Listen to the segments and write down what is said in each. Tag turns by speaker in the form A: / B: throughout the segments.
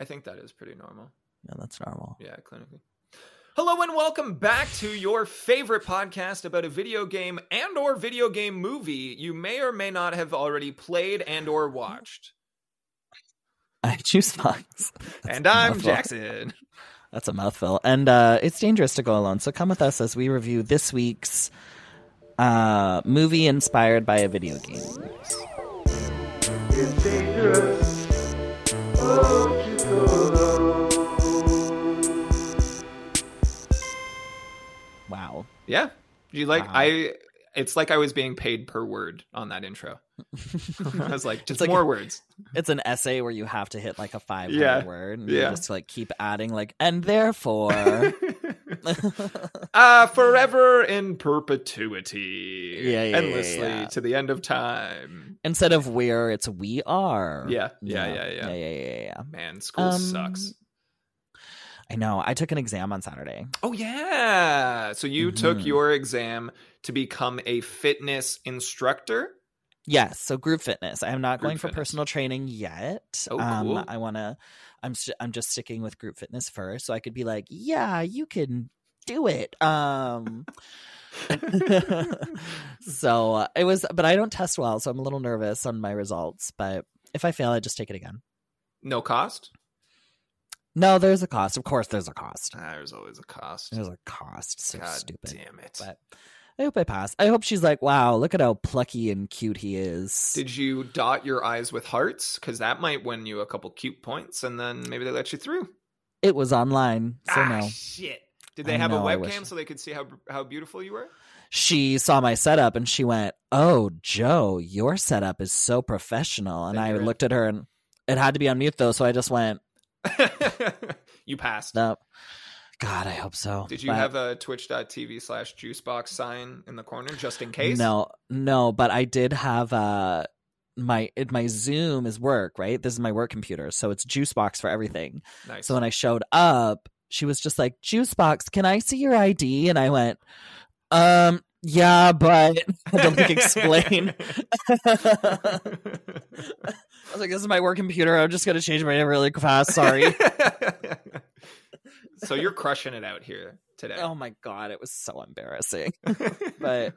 A: I think that is pretty normal.
B: Yeah, that's normal.
A: Yeah, clinically. Hello and welcome back to your favorite podcast about a video game and or video game movie you may or may not have already played and or watched.
B: I choose Fox. That's
A: and
B: a
A: I'm
B: mouthful.
A: Jackson.
B: That's a mouthful. And uh, it's dangerous to go alone. So come with us as we review this week's uh, movie inspired by a video game.
C: It's dangerous. Oh, to go alone.
B: Wow.
A: Yeah. You like
B: Wow.
A: I it's like I was being paid per word on that intro. I was like, just
B: like-
A: more words.
B: It's an essay where you have to hit like a 500
A: Yeah.
B: word and
A: Yeah.
B: you just like keep adding like and therefore.
A: uh forever in perpetuity.
B: Yeah, yeah, yeah,
A: Endlessly
B: yeah.
A: to the end of time.
B: Instead of where it's we are.
A: Yeah, yeah, yeah, yeah.
B: Yeah, yeah, yeah, yeah.
A: Man, school
B: Um,
A: sucks.
B: I know. I took an exam on Saturday.
A: Oh yeah. So you took
B: Mhm.
A: your exam to become a fitness instructor?
B: Yes, so group fitness. I'm not
A: Group
B: going for
A: fitness.
B: personal training yet. Um,
A: Oh, cool.
B: I want to. I'm st- I'm just sticking with group fitness first, so I could be like, yeah, you can do it. Um. so uh, it was, but I don't test well, so I'm a little nervous on my results. But if I fail, I just take it again.
A: No cost?
B: No, there's a cost. Of course, there's a cost.
A: Ah, there's always a cost.
B: There's a cost. So
A: God
B: stupid.
A: damn it.
B: But I hope I pass. I hope she's like, wow, look at how plucky and cute he is.
A: Did you dot your I's with hearts? Because that might win you a couple cute points, and then maybe they let you through.
B: it was online, so
A: ah,
B: no.
A: shit. Did they
B: I
A: have a
B: know, I
A: webcam
B: wish-
A: so they could see how how beautiful you were?
B: she saw my setup and she went, "Oh, Joe, your setup is so professional." And
A: Then
B: I
A: you're in.
B: looked at her and it had to be on mute though, so I just went,
A: you passed.
B: "No, God, I hope so."
A: Did you
B: But
A: have a twitch.tv slash juicebox sign in the corner just in case?
B: No, no, but I did have uh my it, my Zoom is work, right? This is my work computer, so it's Juicebox for everything.
A: Nice.
B: So when I showed up, she was just like, "Juicebox, can I see your ID?" And I went, "Um, yeah, but had to like explain." I was like, this is my work computer. I'm just going to change my name really fast. Sorry.
A: so you're crushing it out here today.
B: oh my God. It was so embarrassing. But,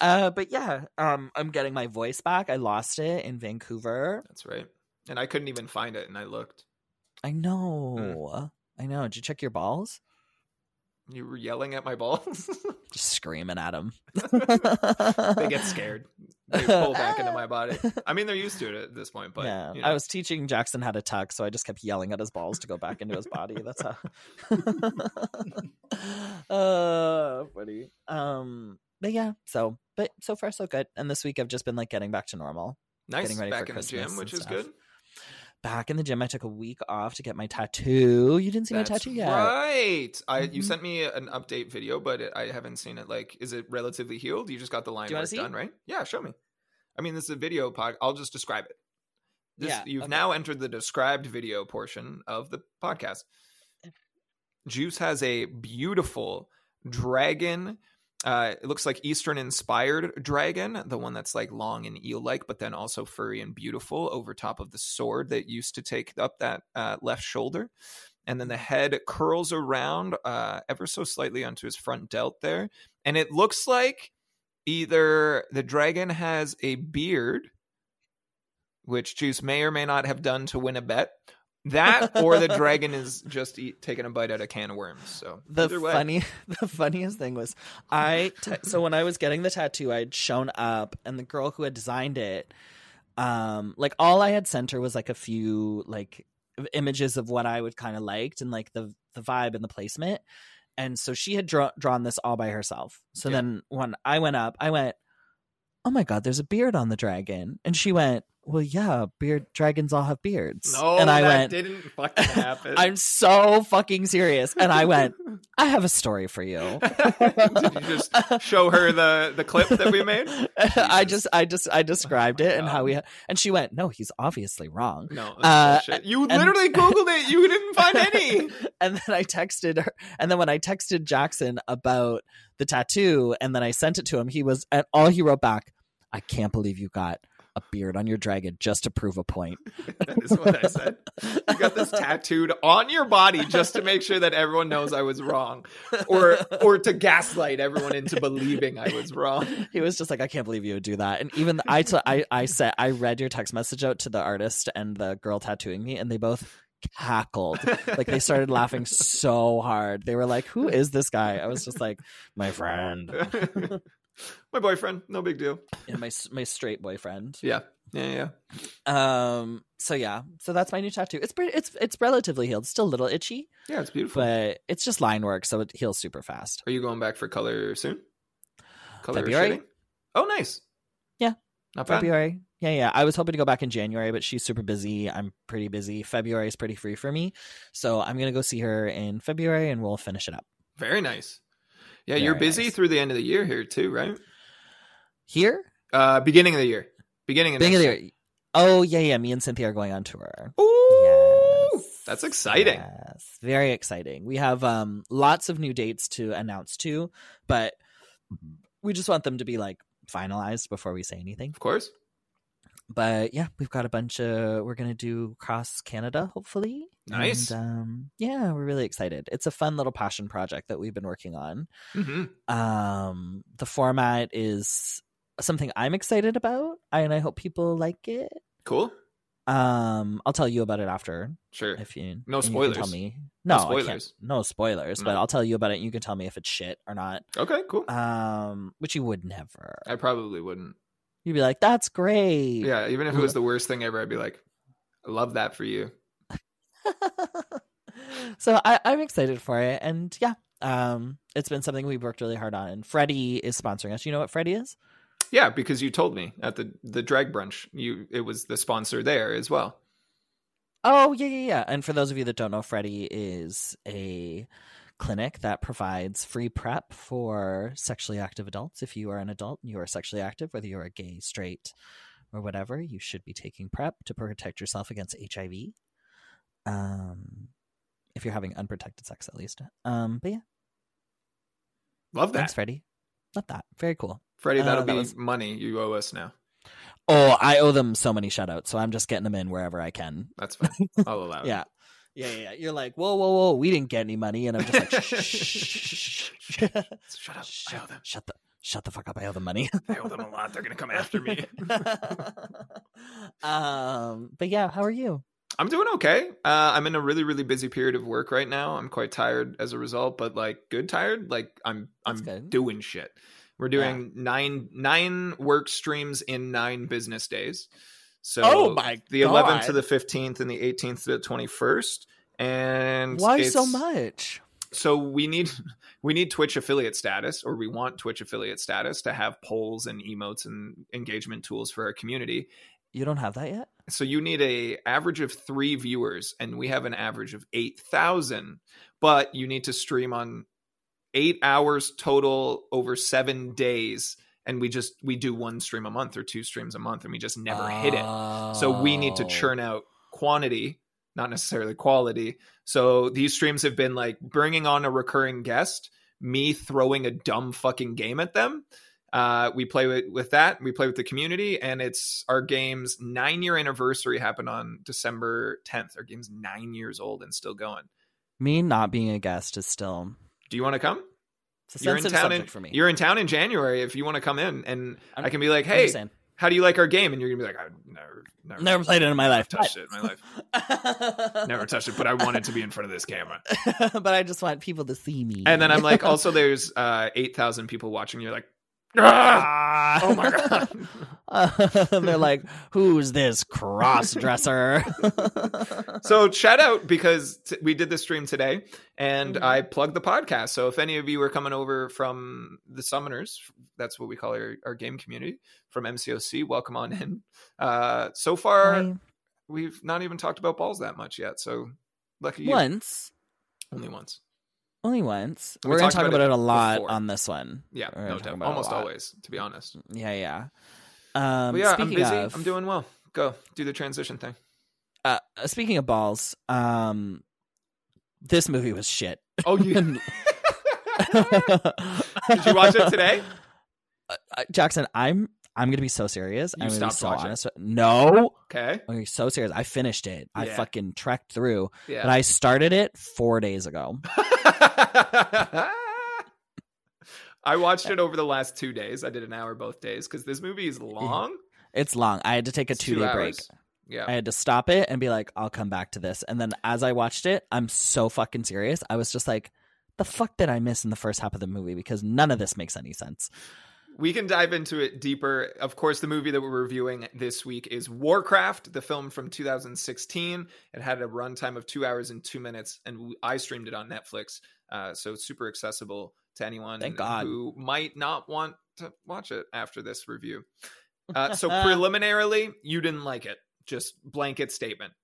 B: uh, but yeah, um, I'm getting my voice back. I lost it in Vancouver.
A: That's right. And I couldn't even find it, and I looked.
B: I
A: Hmm.
B: know. I know. Did you check your balls?
A: You were yelling at my balls.
B: Just screaming at them.
A: they get scared. They pull back into my body. I mean, they're used to it at this point, but
B: yeah,
A: you
B: I
A: know.
B: was teaching Jackson how to tuck, so I just kept yelling at his balls to go back into his body. That's how. uh, funny. Um, but yeah, so but so far so good. And this week I've just been like getting back to normal,
A: nice
B: getting ready
A: back
B: for
A: in the
B: Christmas
A: gym,
B: and
A: which is
B: stuff.
A: good.
B: back in the gym. I took a week off to get my tattoo. You didn't see my tattoo yet.
A: right. I you
B: Mhm.
A: sent me an update video, but it, I haven't seen it. Like, is it relatively healed? You just got the line
B: Do you wanna
A: work
B: see?
A: done, right? Yeah, show me. I mean, this is a video pod. I'll just describe it. This,
B: Yeah,
A: you've
B: okay.
A: now entered the described video portion of the podcast. Juice has a beautiful dragon. Uh, it looks like Eastern inspired dragon, the one that's like long and eel like, but then also furry and beautiful over top of the sword that used to take up that uh, left shoulder. And then the head curls around uh, ever so slightly onto his front delt there. And it looks like either the dragon has a beard, which Juice may or may not have done to win a bet. That or the dragon is just eat, taking a bite out of a can of worms. So
B: the
A: either way.
B: funny the funniest thing was i t- so when i was getting the tattoo i had shown up and the girl who had designed it um like all i had sent her was like a few like images of what i would kind of liked and like the the vibe and the placement and so she had draw- drawn this all by herself so
A: Yeah.
B: then when i went up i went oh my god there's a beard on the dragon and she went well yeah beard dragons all have beards
A: No,
B: and i
A: that
B: went
A: didn't fucking happen.
B: i'm so fucking serious and i went i have a story for you
A: Did you just show her the the clip that we made?
B: I just, I just, I described
A: Oh my
B: it and how
A: God.
B: we, and she went, no, he's obviously wrong.
A: No,
B: Uh,
A: that's bullshit. You literally googled it. You didn't find any.
B: and then I texted her, and then when I texted Jackson about the tattoo, and then I sent it to him, he was, and all he wrote back, I can't believe you got a beard on your dragon just to prove a point.
A: That is what I said. You got this tattooed on your body just to make sure that everyone knows I was wrong, or or to gaslight everyone into believing I was wrong.
B: He was just like, I can't believe you would do that. And even the- I, t- I, I said, I read your text message out to the artist and the girl tattooing me, and they both cackled. Like they started laughing so hard. They were like, "Who is this guy?" I was just like, "My friend,
A: My boyfriend, no big deal.
B: and my s- my straight boyfriend."
A: Yeah, yeah, yeah.
B: Um. So yeah. So that's my new tattoo. It's pretty. It's it's relatively healed. Still a little itchy,
A: Yeah, it's beautiful.
B: but it's just line work, so it heals super fast.
A: Are you going back for color soon? Color
B: February.
A: shading? Oh, nice.
B: Yeah.
A: Not bad.
B: February. Yeah, yeah. I was hoping to go back in January, but she's super busy. I'm pretty busy. February is pretty free for me, so I'm gonna go see her in February, and we'll finish it up
A: Very nice. Yeah, you're
B: Very
A: busy
B: nice.
A: through the end of the year here too, right?
B: here.
A: Uh, beginning of the year. Beginning of
B: Beginning of
A: next
B: the year. Oh yeah, yeah. Me and Cynthia are going on tour.
A: year. Ooh,
B: Yes.
A: that's exciting.
B: Yes. Very exciting. We have um lots of new dates to announce too, but we just want them to be like finalized before we say anything.
A: Of course.
B: But yeah, we've got a bunch of we're gonna do cross Canada, hopefully.
A: Nice.
B: And, um yeah, we're really excited. It's a fun little passion project that we've been working on.
A: hmm
B: Um the format is something I'm excited about and I hope people like it.
A: Cool.
B: Um I'll tell you about it after
A: Sure.
B: if you
A: No
B: and you can tell
A: spoilers.
B: me
A: No
B: no, I can't,
A: spoilers.
B: no spoilers but
A: No.
B: i'll tell you about it and you can tell me if it's shit or not
A: Okay. Cool.
B: um which you would never
A: I probably wouldn't.
B: you'd be like that's great
A: Uh, Yeah. Even if it was the worst thing ever, I'd be like, I love that for you.
B: so I, i'm excited for it and yeah um it's been something we've worked really hard on and freddie is sponsoring us you know what freddie is
A: Yeah, because you told me at the the drag brunch, you it was the sponsor there as well.
B: oh yeah yeah yeah and for those of you that don't know freddie is a clinic that provides free prep for sexually active adults if you are an adult and you are sexually active whether you're a gay straight or whatever, you should be taking PrEP to protect yourself against HIV. Um, if you're having unprotected sex, at least. Um, but yeah,
A: Love
B: thanks,
A: that,
B: Freddie. Love that. Very cool.
A: Freddie.
B: Uh,
A: That'll
B: that
A: be
B: was-
A: money you owe us now.
B: Oh, I owe them so many shout outs, so I'm just getting them in wherever I can.
A: That's fine. I'll allow it.
B: Yeah. Yeah, yeah, yeah. You're like, whoa, whoa, whoa, we didn't get any money. And I'm just like, shh, shh, shh, shh,
A: Shut up. I owe
B: shut,
A: them.
B: shut the shut the fuck up. I owe them money.
A: I owe them a lot. They're gonna come after me.
B: um, but yeah, how are you?
A: I'm doing okay. Uh, I'm in a really, really busy period of work right now. I'm quite tired as a result, but like good tired. Like I'm,
B: That's
A: I'm
B: good.
A: doing shit. We're doing nine, nine work streams in nine business days. So
B: Oh
A: the 11th to the 15th and the 18th to the 21st. And
B: Why so
A: it's-
B: much?
A: so we need we need twitch affiliate status or we want twitch affiliate status to have polls and emotes and engagement tools for our community
B: You don't have that yet?
A: so you need a average of three viewers and we have an average of 8000 but you need to stream on eight hours total over seven days and we just we do one stream a month or two streams a month and we just never hit it so we need to
B: Oh.
A: churn out quantity, not necessarily quality. So these streams have been like bringing on a recurring guest, me throwing a dumb fucking game at them. Uh, we play with, with that. We play with the community, and it's our game's nine year anniversary happened on December 10th. Our game's nine years old and still going.
B: Oh. Me not being a guest is still
A: Do you want to come?
B: it's a
A: You're in
B: sensitive
A: town
B: subject
A: in,
B: for me.
A: You're in town in January if you want to come in, and
B: I'm-
A: i can be like,
B: I'm
A: "Hey,
B: just saying.
A: how do you like our game?" And you're gonna be like, "I've never, never,
B: never played it in my life.
A: touched it in my life."
B: but...
A: never touched it, but I wanted to be in front of this camera.
B: but I just want people to see me.
A: And then I'm like, also, there's uh, 8,000 people watching. You're like, "Ah, oh my God.
B: They're like, who's this cross dresser?
A: So shout out because t- we did this stream today and
B: Mhm.
A: I plugged the podcast. So if any of you are coming over from the Summoners, that's what we call our, our game community from MCOC, welcome on in. Uh, so far, we've not even talked about balls that much yet. So lucky you.
B: once,
A: Only once.
B: only once.
A: We
B: We're gonna
A: talked
B: talk
A: about
B: about
A: it
B: it a lot
A: before.
B: on this one.
A: Yeah,
B: We're
A: no
B: talking
A: doubt.
B: about it a
A: Almost
B: lot.
A: always, to be honest.
B: Yeah, yeah. Um,
A: but yeah, I'm
B: speaking
A: busy.
B: Of,
A: I'm doing well. Go do the transition thing.
B: Uh, speaking of balls, um, this movie was shit.
A: Oh, you.
B: And- Did
A: you watch it today?
B: Uh, Jackson, I'm I'm gonna be so serious.
A: You
B: I'm gonna be
A: stopped
B: so
A: watching.
B: honest. with- No,
A: Okay.
B: I'm gonna be so serious. I finished it. I
A: Yeah.
B: fucking trekked through, but
A: Yeah.
B: I started it four days ago.
A: I... watched it over the last two days. I did an hour both days because this movie is long.
B: It's long. I had to take a
A: It's
B: two, day break.
A: hours. Yeah.
B: I had to stop it and be like, I'll come back to this. And then as I watched it, I'm so fucking serious. I was just like, the fuck did I miss in the first half of the movie? Because none of this makes any sense.
A: We can dive into it deeper. Of course, the movie that we're reviewing this week is Warcraft, the film from 2016. It had a runtime of two hours and two minutes, and w- I streamed it on Netflix, uh, so it's super accessible to anyone
B: Thank God.
A: who might not want to watch it after this review. Uh, so preliminarily, you didn't like it. Just blanket statement.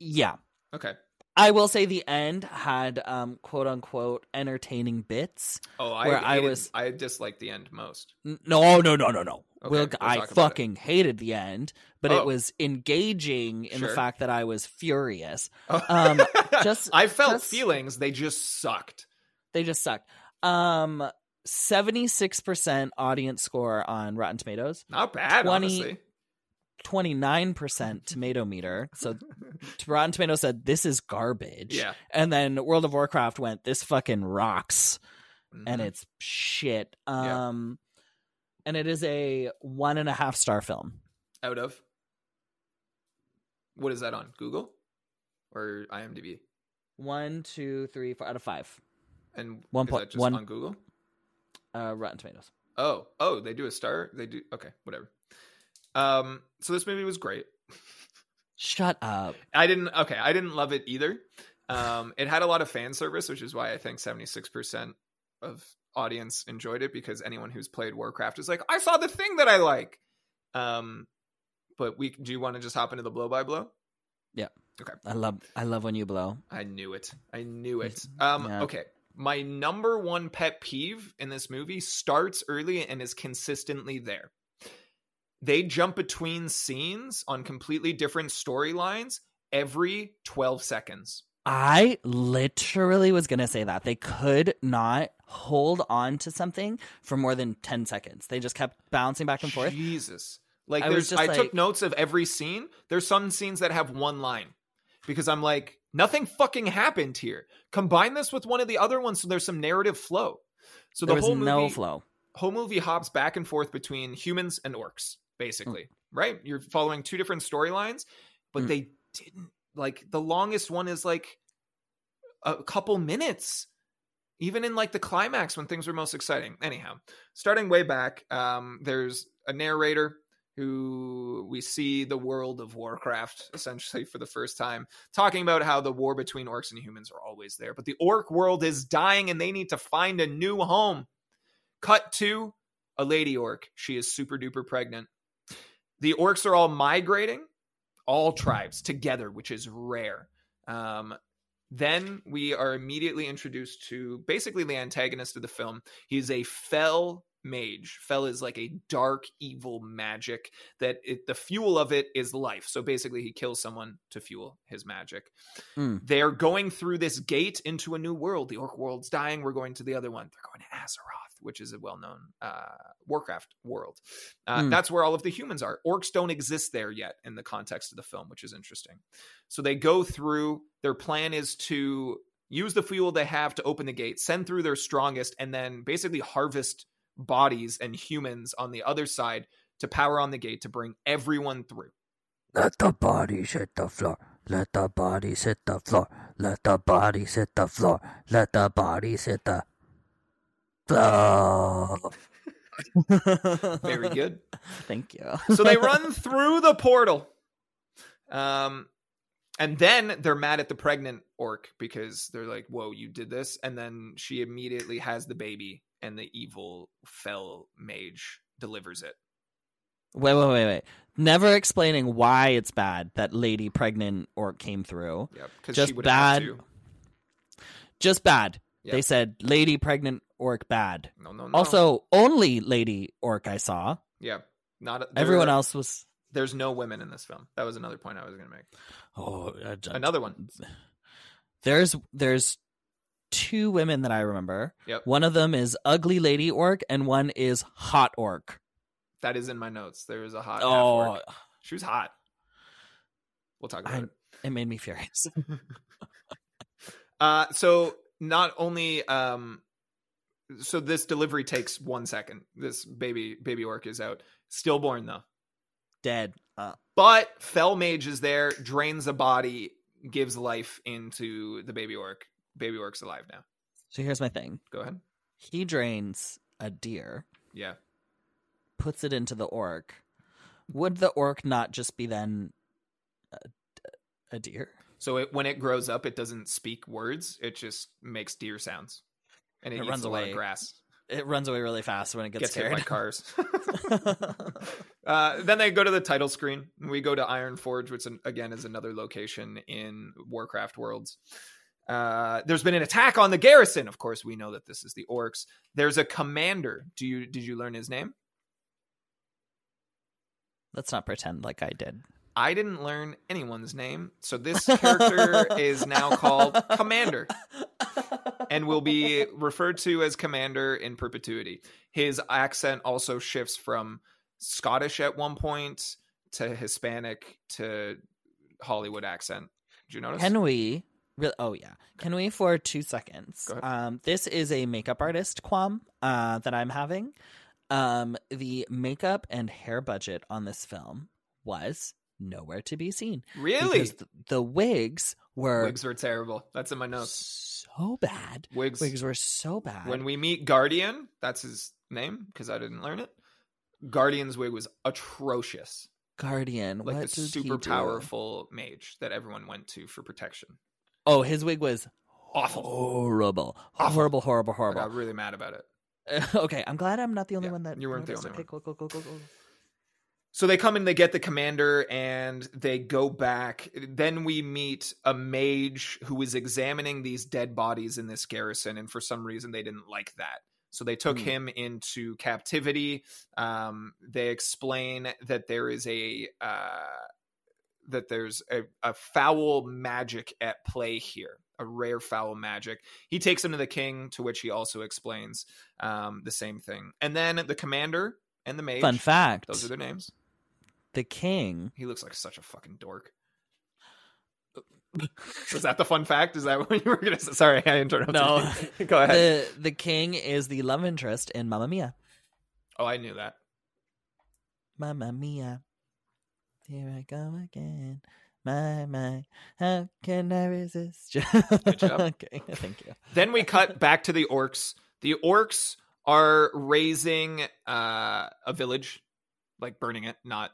B: Yeah.
A: Okay.
B: I will say the end had um, quote unquote entertaining bits.
A: Oh, I
B: Where I
A: hated-
B: was-
A: I disliked the end most.
B: N- No, oh, no, no, no, no.
A: Okay,
B: Will,
A: we'll
B: I
A: talk about it.
B: fucking hated the end, but
A: Oh.
B: it was engaging in
A: Sure.
B: the fact that I was furious.
A: Um,
B: Um, just-
A: I felt
B: just-
A: feelings. They just sucked.
B: They just suck. Um, 76% audience score on Rotten Tomatoes.
A: Not bad,
B: 20
A: honestly.
B: 29% tomato meter. So Rotten Tomatoes said, this is garbage.
A: Yeah.
B: And then World of Warcraft went, this fucking rocks and
A: Mhm.
B: it's shit.
A: Yeah.
B: Um, And it is a one and a half star film.
A: out of what is that on google or imdb
B: One, two, three, four out of five.
A: and
B: One
A: is
B: point-
A: that just
B: one-
A: on google
B: Uh, Rotten Tomatoes.
A: oh oh they do a star they do okay whatever um so this movie was great
B: Shut up.
A: i didn't okay i didn't love it either um it had a lot of fan service which is why i think 76% of audience enjoyed it because anyone who's played warcraft is like i saw the thing that i like um but we do you want to just hop into the blow by blow
B: I love I love when you blow.
A: I knew it. I knew it. Um,
B: Yeah.
A: Okay. My number one pet peeve in this movie starts early and is consistently there. They jump between scenes on completely different storylines every 12 seconds.
B: I literally was gonna say that. They could not hold on to something for more than ten seconds. They just kept bouncing back and forth.
A: Jesus. Like
B: I
A: there's
B: was just
A: I took
B: like-
A: notes of every scene. There's some scenes that have one line because I'm like, nothing fucking happened here. Combine this with one of the other ones so there's some narrative flow. So
B: there
A: the
B: was
A: whole
B: no
A: movie,
B: flow.
A: whole movie hops back and forth between humans and orcs, basically, right? You're following two different storylines, but
B: Mm.
A: they didn't like the longest one is like a couple minutes, even in like the climax when things were most exciting. Anyhow, starting way back, um, there's a narrator who we see the world of Warcraft essentially for the first time, talking about how the war between orcs and humans are always there, but the orc world is dying and they need to find a new home. Cut to a lady orc. She is super duper pregnant. The orcs are all migrating, all tribes together, which is rare. Um, then we are immediately introduced to basically the antagonist of the film. He's a fell mage. Fell is like a dark, evil magic that it, the fuel of it is life. So basically, he kills someone to fuel his magic.
B: Mm.
A: They're going through this gate into a new world. The orc world's dying. We're going to the other one. They're going to Azeroth, which is a well known uh, Warcraft world. Uh,
B: Mm.
A: That's where all of the humans are. Orcs don't exist there yet in the context of the film, which is interesting. So they go through, their plan is to use the fuel they have to open the gate, send through their strongest, and then basically harvest bodies and humans on the other side to power on the gate to bring everyone through.
D: Let the bodies hit the floor. Let the bodies hit the floor. Let the bodies hit the floor. Let the bodies hit the floor.
A: Very good.
B: Thank you.
A: so they run through the portal. Um, and then they're mad at the pregnant orc because they're like, "Whoa, you did this!" And then she immediately has the baby, and the evil fell mage delivers it.
B: Wait, wait, wait, wait. Never explaining why it's bad that lady pregnant or came through.
A: Yep, because she
B: Just
A: would have
B: bad.
A: to.
B: Just bad.
A: Yeah.
B: They said lady pregnant orc bad.
A: No, no, no.
B: Also, only lady orc I saw.
A: yeah, not
B: Everyone
A: there-
B: else was.
A: There's no women in this film. That was another point I was going to make.
B: Oh, uh, d-
A: Another one.
B: There's there's two women that I remember.
A: Yep.
B: One of them is ugly lady orc, and one is hot orc.
A: That is in my notes. There is a hot.
B: Oh,
A: Oh, she was hot. We'll talk about
B: I-
A: it.
B: it made me furious.
A: Uh, so not only um, so this delivery takes one second. This baby baby orc is out, stillborn though.
B: Dead. Uh,
A: But fell mage is there, drains the body, gives life into the baby orc. Baby orc's alive now.
B: so here's my thing.
A: Go ahead.
B: He drains a deer,
A: Yeah.
B: puts it into the orc. Would the orc not just be then a, a deer?
A: So it, when it grows up, it doesn't speak words. It just makes deer sounds, and it,
B: It
A: eats
B: runs
A: a lot
B: away.
A: of grass.
B: It runs away really fast when it
A: Gets,
B: gets,
A: hit by
B: scared.
A: cars. uh, then they go to the title screen. and We go to Iron Forge, which an- again is another location in Warcraft worlds. Uh, there's been an attack on the garrison. Of course, we know that this is the orcs. There's a commander. Do you did you learn his name?
B: Let's not pretend like I did.
A: I didn't learn anyone's name. So this character is now called Commander. and will be referred to as commander in perpetuity. His accent also shifts from Scottish at one point to Hispanic to Hollywood accent. Did you notice?
B: Can we? Re- oh yeah. Can we for two seconds?
A: Go ahead.
B: Um, this is a makeup artist qualm uh, that I'm having. Um, the makeup and hair budget on this film was nowhere to be seen.
A: really?
B: Because th- the wigs were
A: Wigs were terrible. That's in my notes.
B: so bad.
A: Wigs.
B: Wigs were so bad.
A: When we meet Guardian, that's his name because I didn't learn it. Guardian's wig was atrocious,
B: Guardian,
A: like
B: what
A: the
B: did he
A: super
B: do?
A: powerful mage that everyone went to for protection.
B: Oh, his wig was
A: Awful.
B: horrible,
A: Awful.
B: horrible, horrible,
A: I
B: horrible.
A: got really mad about it.
B: okay, I'm glad I'm not the only
A: Yeah,
B: one that
A: you weren't the
B: noticed.
A: only
B: okay,
A: one.
B: Cool, cool, cool, cool, cool.
A: So they come and they get the commander and they go back. Then we meet a mage who is examining these dead bodies in this garrison. And for some reason, they didn't like that. So they took
B: Hmm.
A: him into captivity. Um, they explain that there is a. Uh, that there's a, a foul magic at play here, a rare foul magic. He takes him to the king, to which he also explains um, the same thing. And then the commander and the mage.
B: Fun fact:
A: Those are their names.
B: the king.
A: He looks like such a fucking dork. Was that the fun fact? Is that what you were gonna say? Sorry, I interrupted.
B: No.
A: you. go ahead.
B: The the king is the love interest in Mamma Mia.
A: Oh, I knew that.
B: Mamma Mia, here I go again. My my, how can I resist? you?
A: job.
B: okay, thank you.
A: Then we cut back to the orcs. The orcs are raising uh, a village, like burning it, not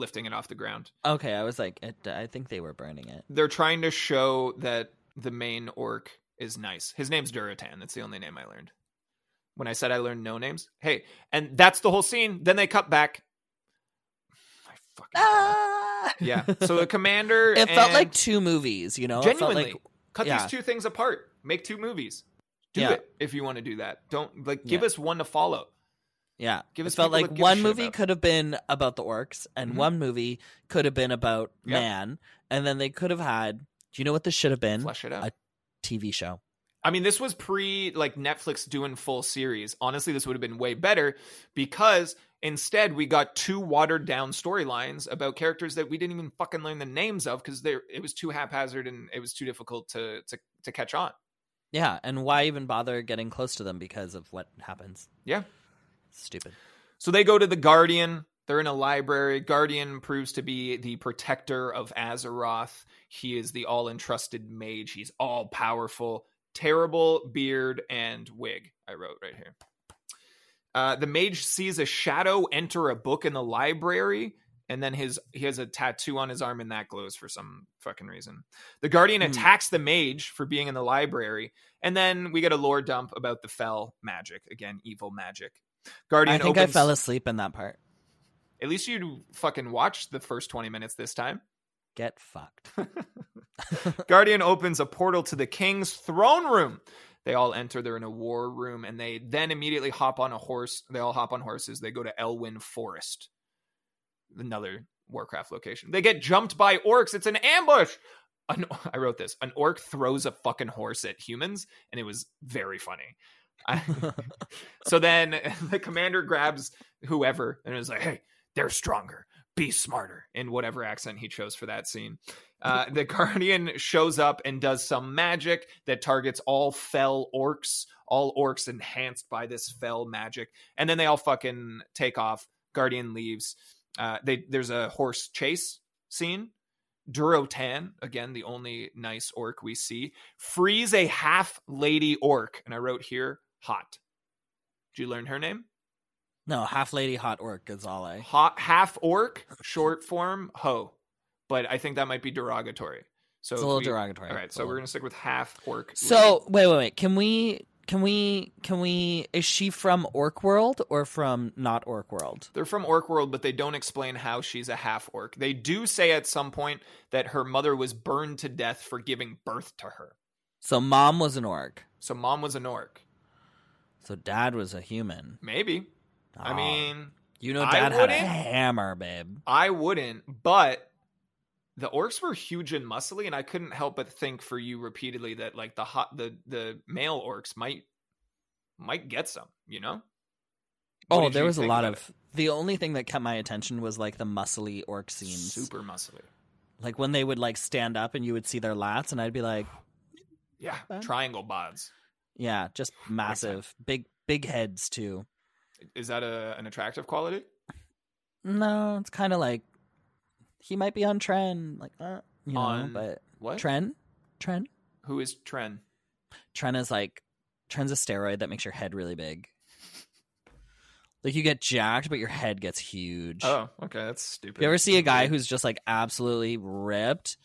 A: lifting it off the ground.
B: Okay, I was like, it, I think they were burning it.
A: They're trying to show that the main orc is nice. His name's Duratan. That's the only name I learned. When I said I learned no names, hey, and that's the whole scene. Then they cut back. I fucking.
B: Ah!
A: Yeah. So the commander.
B: it felt
A: and-
B: like two movies. You know, It felt
A: genuinely
B: like
A: cut
B: yeah.
A: these two things apart. Make two movies. Do
B: Yeah.
A: it if you want to do that. Don't like give
B: Yeah.
A: us one to follow.
B: Yeah.
A: Give
B: it
A: us
B: felt
A: people that
B: like
A: give a
B: one
A: shit
B: movie
A: about.
B: could have been about the orcs and
A: Mhm.
B: one movie could have been about
A: Yeah.
B: man. And then they could have had, do you know what this should have been?
A: Flesh it out.
B: I- TV show.
A: I mean, this was pre like Netflix doing full series. Honestly, this would have been way better because instead we got two watered down storylines about characters that we didn't even fucking learn the names of because they it was too haphazard and it was too difficult to to to catch on.
B: Yeah. And why even bother getting close to them because of what happens?
A: Yeah.
B: Stupid.
A: So they go to the Guardian. They're in a library. Guardian proves to be the protector of Azeroth. He is the all entrusted mage. He's all powerful. Terrible beard and wig, I wrote right here. Uh, the mage sees a shadow enter a book in the library, and then his he has a tattoo on his arm, and that glows for some fucking reason. The guardian
B: Hmm.
A: attacks the mage for being in the library, and then we get a lore dump about the fell magic again, evil magic. Guardian,
B: I think I
A: opens,
B: fell asleep in that part.
A: at least you fucking watched the first 20 minutes this time.
B: Get fucked.
A: Guardian opens a portal to the king's throne room. They all enter. They're in a war room, and they then immediately hop on a horse. They all hop on horses. They go to Elwyn Forest, another Warcraft location. They get jumped by orcs. It's an ambush. An, I wrote this. An orc throws a fucking horse at humans, and it was very funny. I, so then the commander grabs whoever and is like, "Hey, they're stronger. Be smarter." In whatever accent he chose for that scene, uh, the guardian shows up and does some magic that targets all fell orcs. All orcs enhanced by this fell magic, and then they all fucking take off. Guardian leaves. Uh, they there's a horse chase scene. Durotan, again, the only nice orc we see, frees a half lady orc. And I wrote here, hot. Did you learn her name?
B: No, half lady hot orc Gonzale.
A: Hot, half orc, short form, ho. But I think that might be derogatory. So
B: It's a
A: if
B: little
A: we-
B: derogatory.
A: All right,
B: It's a
A: so we're
B: little-
A: going to stick with half orc.
B: So wait, wait, wait. Can we? Can we? Can we? Is she from Orc World or from not Orc World?
A: They're from Orc World, but they don't explain how she's a half orc. They do say at some point that her mother was burned to death for giving birth to her.
B: So mom was an orc.
A: So mom was an orc.
B: So dad was a human.
A: Maybe. I
B: Oh,
A: mean,
B: you know,
A: I
B: dad had a
A: wouldn't.
B: hammer, babe.
A: I wouldn't, but the orcs were huge and muscly, and I couldn't help but think for you repeatedly that like the hot the the male orcs might might get some, you know? What
B: Oh,
A: did
B: there
A: you
B: was a
A: think
B: lot
A: about
B: of. The only thing that kept my attention was like the muscly orc
A: it?
B: scenes.
A: super muscly.
B: Like when they would like stand up and you would see their lats, and I'd be like,
A: Yeah,
B: Huh?
A: triangle bods.
B: yeah, just massive, big, big heads too.
A: Is that a an attractive quality?
B: No, it's kind of like he might be on trend, like uh, you know,
A: On
B: but
A: What?
B: trend, trend,
A: Who is Tren?
B: trend is like trend's a steroid that makes your head really big. Like you get jacked, but your head gets huge.
A: Oh, okay, that's stupid.
B: You ever see a guy
A: Weird.
B: who's just like absolutely ripped,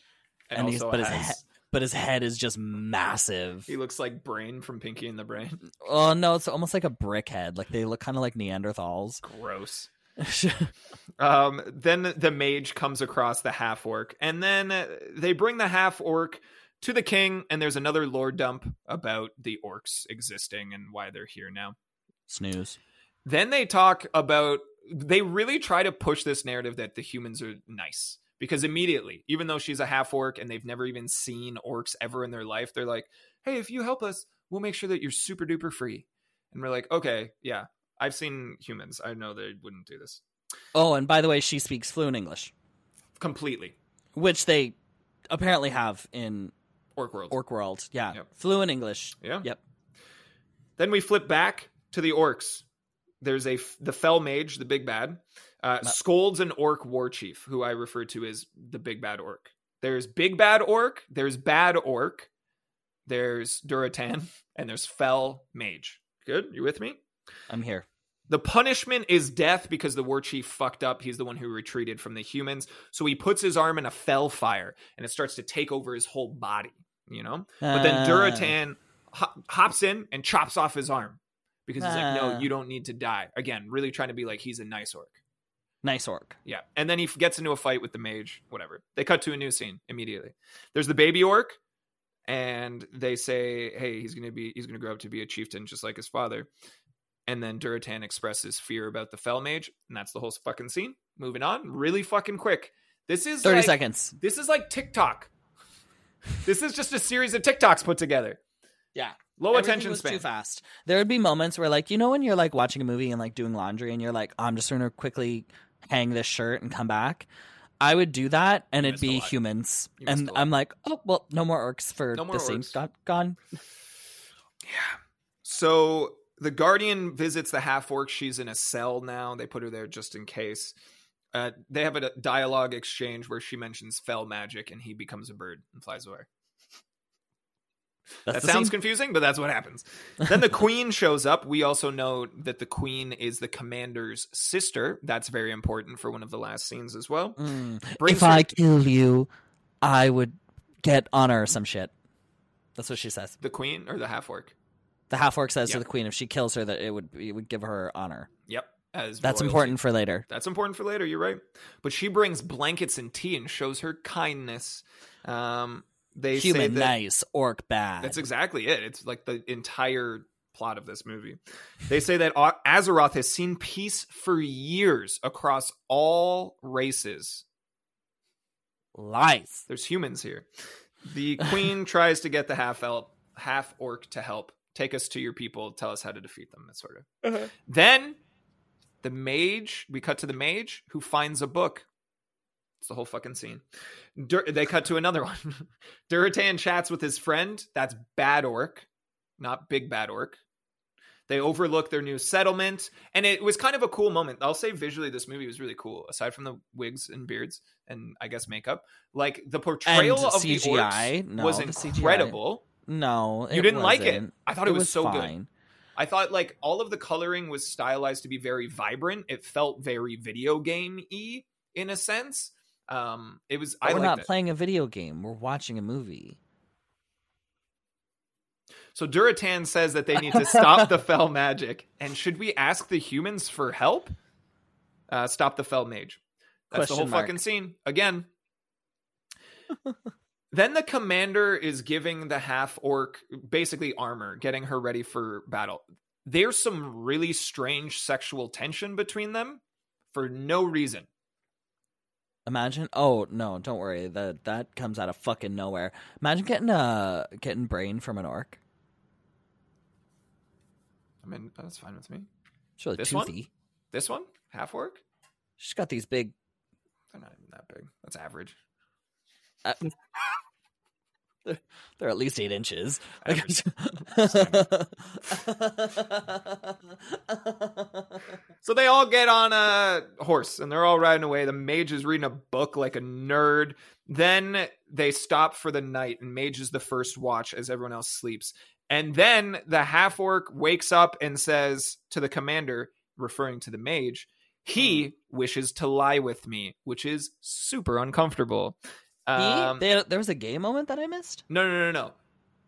B: and he's-
A: also
B: but his
A: has-
B: but his head is just massive?
A: he looks like Brain from Pinky and the Brain.
B: Oh no, it's almost like a brick head. Like they look kind of like Neanderthals.
A: Gross. Um, then the mage comes across the half orc, and then uh, they bring the half orc to the king, and there's another lore dump about the orcs existing and why they're here now.
B: Snooze.
A: Then they talk about they really try to push this narrative that the humans are nice because immediately, even though she's a half orc and they've never even seen orcs ever in their life, they're like, "Hey, if you help us, we'll make sure that you're super duper free." And we're like, "Okay, yeah, I've seen humans. I know they wouldn't do this
B: Oh, and by the way, she speaks fluent English.
A: completely."
B: which they apparently have in
A: Orc world.
B: Orc World. Yeah,
A: Yep.
B: fluent English.
A: Yeah.
B: Yep.
A: Then we flip back to the orcs. There's a f- the fell mage, the big bad, uh,
B: Ma-
A: scolds an orc war chief, who I refer to as the big bad orc. There's big bad orc. There's bad orc. There's Duratan, and there's fell mage. Good, you with me?
B: I'm here.
A: The punishment is death because the war chief fucked up. He's the one who retreated from the humans, so he puts his arm in a fell fire, and it starts to take over his whole body. You know, but
B: Uh.
A: then Duratan ho- hops in and chops off his arm because he's like,
B: Ah.
A: no, you don't need to die. Again, really trying to be like he's a nice orc.
B: nice orc.
A: Yeah. And then he f- gets into a fight with the mage, whatever. They cut to a new scene immediately. There's the baby orc, and they say, hey, he's going to be, he's going to grow up to be a chieftain just like his father. And then Duratan expresses fear about the fell mage, and that's the whole fucking scene. Moving on, really fucking quick. This is
B: Thirty
A: like-
B: seconds.
A: this is like TikTok. this is just a series of TikToks put together.
B: Yeah.
A: Low
B: Everything
A: attention
B: was
A: span.
B: Too fast. There would be moments where, like, you know, when you're like watching a movie and like doing laundry, and you're like, "Oh, I'm just gonna quickly hang this shirt and come back. I would do that, and
A: You
B: it'd
A: missed a
B: be
A: lot.
B: humans,
A: You missed
B: and
A: a lot.
B: I'm like, oh well, no more orcs for
A: No more
B: the scene.
A: orcs.
B: Got gone.
A: So the Guardian visits the half orc. She's in a cell now. They put her there just in case. Uh, they have a dialogue exchange where she mentions fell magic and he becomes a bird and flies away.
B: That's
A: that
B: the
A: sounds
B: scene.
A: confusing, but that's what happens. then the queen shows up. We also know that the queen is the commander's sister. That's very important for one of the last scenes as well.
B: Mm.
A: Brings
B: if
A: her-
B: I kill you, I would get honor or some shit. That's what she says.
A: the queen or the half orc?
B: The half orc says
A: Yeah.
B: to the queen if she kills her that it would it would give her honor.
A: Yep. As
B: That's
A: royalty.
B: important for later.
A: That's important for later. You're right. But she brings blankets and tea and shows her kindness. Um, they say
B: Human
A: that
B: nice, orc bad.
A: that's exactly it. It's like the entire plot of this movie. They say that A- Azeroth has seen peace for years across all races.
B: Lies.
A: There's humans here. The queen tries to get the half elf, half orc to help. take us to your people, tell us how to defeat them, that sort of.
B: Uh-huh.
A: Then the mage, we cut to the mage who finds a book. It's the whole fucking scene. Dur- they cut to another one. Duratan chats with his friend. That's Bad Orc, not Big Bad Orc. They overlook their new settlement, and it was kind of a cool moment. I'll say visually, this movie was really cool. Aside from the wigs and beards, and I guess makeup, like the portrayal
B: And
A: of the
B: CGI.
A: orcs
B: No,
A: was
B: the CGI.
A: incredible.
B: No,
A: You
B: it
A: didn't like it.
B: wasn't.
A: I thought it was so good.
B: fine.
A: I thought like all of the coloring was stylized to be very vibrant. It felt very video game y in a sense. Um, it was. I
B: We're
A: liked
B: not
A: it.
B: playing a video game. We're watching a movie.
A: So Duratan says that they need to stop the fell magic, and should we ask the humans for help? Uh, stop the fell mage. That's the
B: Question
A: whole
B: mark.
A: fucking scene again. then the commander is giving the half orc basically armor, getting her ready for battle. There's some really strange sexual tension between them for no reason.
B: Imagine. Oh no, don't worry. That that comes out of fucking nowhere. Imagine getting a getting brain from an orc.
A: I mean, that's fine with me.
B: She's really
A: This one?
B: toothy.
A: This one, half orc,
B: She's got these big.
A: they're not even that big. That's average.
B: They're at least eight inches. Like,
A: Average. So they all get on a horse and they're all riding away. The mage is reading a book like a nerd. Then they stop for the night, and mage is the first watch as everyone else sleeps. And then the half orc wakes up and says to the commander, referring to the mage, he wishes to lie with me, which is super uncomfortable. Um,
B: He- there, there was a gay moment that I missed.
A: no, no, no, no.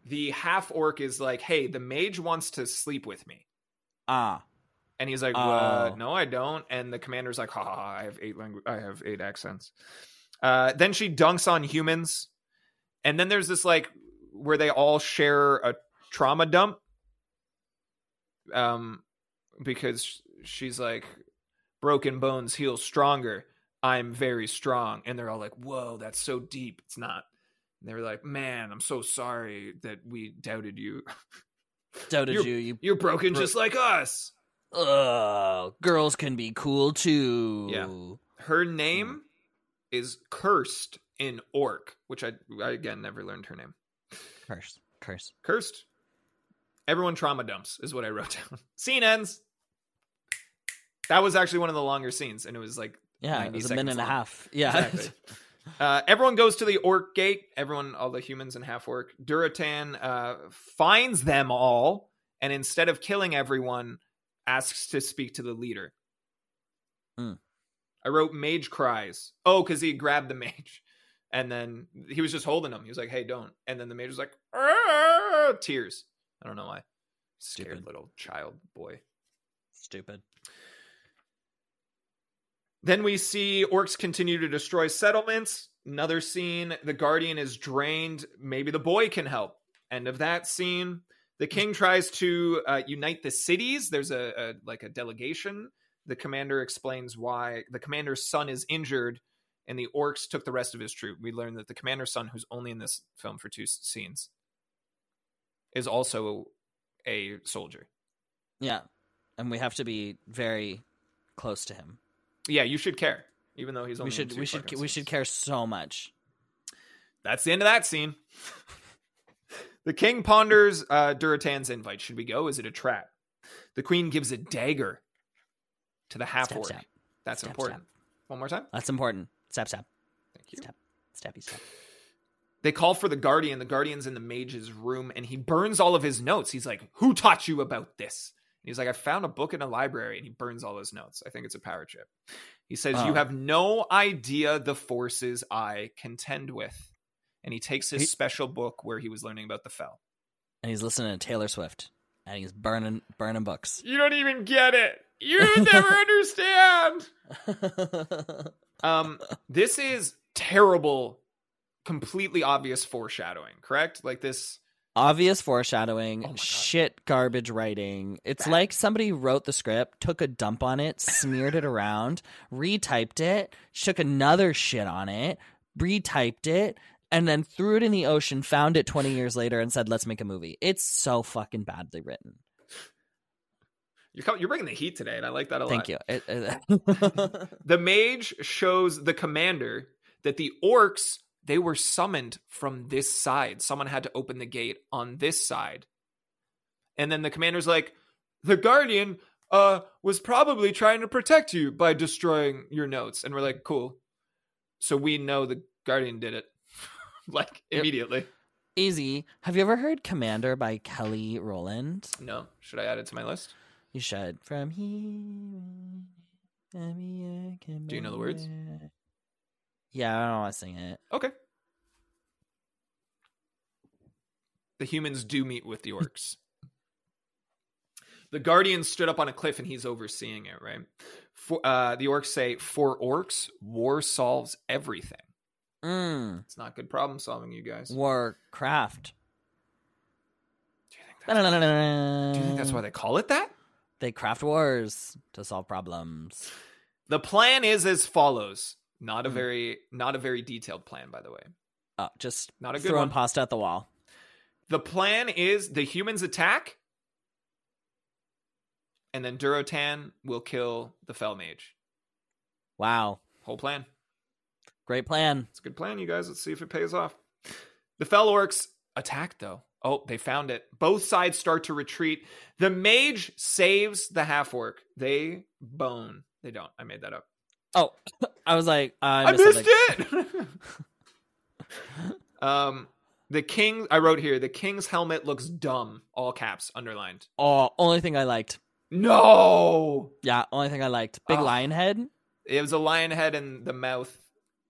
A: The half orc is like, hey, the mage wants to sleep with me.
B: Ah,
A: And he's like, "Well,
B: Oh.
A: no, I don't." And the commander's like, "Ha ha! ha, I have eight language. I have eight accents." Uh, then she dunks on humans, and then there's this like where they all share a trauma dump, um, because she's like, "Broken bones heal stronger. I'm very strong," and they're all like, "Whoa, that's so deep." It's not. And they were like, "Man, I'm so sorry that we doubted you.
B: so did
A: You're-
B: you? You.
A: You're broken
B: Bro-
A: just like us."
B: Ugh, girls can be cool too.
A: Her name is cursed in orc, which I, I again never learned her name.
B: Curse. Curse.
A: Cursed. Everyone trauma dumps is what I wrote down. Scene ends. That was actually one of the longer scenes, and it was like
B: Yeah,
A: 90
B: it was a
A: seconds
B: minute and a
A: long.
B: half. Yeah.
A: Exactly. uh, everyone goes to the orc gate. Everyone, all the humans and half orc. Duratan uh, finds them all, and instead of killing everyone, asks to speak to the leader.
B: Hmm.
A: I wrote mage cries. Oh, because he grabbed the mage, and then he was just holding him. He was like, "Hey, don't!" And then the mage was like, "Ah," "Tears." I don't know why. Scared
B: Stupid.
A: little child boy.
B: Stupid.
A: Then we see orcs continue to destroy settlements. Another scene, the guardian is drained. Maybe the boy can help. End of that scene. The king tries to uh, unite the cities. There's a, a like a delegation. The commander explains why the commander's son is injured, and the orcs took the rest of his troop. We learn that the commander's son, who's only in this film for two s- scenes, is also a soldier.
B: Yeah. And we have to be very close to him.
A: Yeah, you should care, even though he's only.
B: We
A: in
B: should
A: two
B: we should
A: fucking
B: we
A: scenes.
B: should care so much.
A: That's the end of that scene. the king ponders uh, Duratan's invite. Should we go? Is it a trap? The queen gives a dagger to the half
B: Stab,
A: orc.
B: stab.
A: That's
B: Stab,
A: important. One more time.
B: That's important. Step step.
A: Thank you.
B: Stab. Stappy step.
A: They call for the guardian. The guardian's in the mage's room and he burns all of his notes. He's like, Who taught you about this? And he's like, I found a book in a library and he burns all his notes. I think it's a power trip. He says, You
B: Oh.
A: have no idea the forces I contend with. And he takes his
B: He-
A: special book where he was learning about the fell.
B: And he's listening to Taylor Swift. And he's burning burning books.
A: You don't even get it. You never understand. Um, this is terrible, completely obvious foreshadowing, correct? Like this.
B: Obvious
A: Oh my
B: foreshadowing,
A: God.
B: shit garbage writing. It's like somebody wrote the script, took a dump on it, smeared it around, retyped it, shook another shit on it, retyped it, and then threw it in the ocean, found it 20 years later, and said, let's make a movie. It's so fucking badly written.
A: You're coming, you're bringing the heat today, and Oh, I like that a lot.
B: Thank you. It- it-
A: The mage shows the commander that the orcs they were summoned from this side. Someone had to open the gate on this side. And then the commander's like, "The guardian uh was probably trying to protect you by destroying your notes." And we're like, "Cool." So we know the guardian did it like
B: Yep.
A: immediately.
B: Easy. Have you ever heard Commander by Kelly Rowland?
A: No, should I add it to my list?
B: You should. From here, I'm your
A: Do you know the words?
B: commander. Yeah, I don't want to sing it.
A: Okay. The humans do meet with the orcs. the guardian stood up on a cliff and he's overseeing it, right? For, uh, the orcs say, For orcs, war solves everything.
B: Mm.
A: It's not good problem solving, you guys. Do you
B: Warcraft.
A: think that's, do you think that's
B: that's
A: why they call it that?
B: They craft wars to solve problems.
A: The plan is as follows. Not a
B: Hmm.
A: very not a very detailed plan, by the way.
B: Oh, just
A: Not a good
B: throwing
A: one.
B: pasta at the wall.
A: The plan is the humans attack, and then Durotan will kill the Fell Mage.
B: Wow.
A: Whole plan.
B: Great plan.
A: It's a good plan, you guys. Let's see if it pays off. The fell orcs attacked, though. Oh, they found it. Both sides start to retreat. The mage saves the half orc. They bone. They don't. I made that up.
B: Oh, I was like, uh, I,
A: I, missed
B: it.
A: it. um, the king. I wrote here. The king's helmet looks dumb. All caps underlined.
B: Oh, only thing I liked.
A: No,
B: Yeah, only thing I liked. Big
A: Ah.
B: lion head.
A: it was a lion head, and the mouth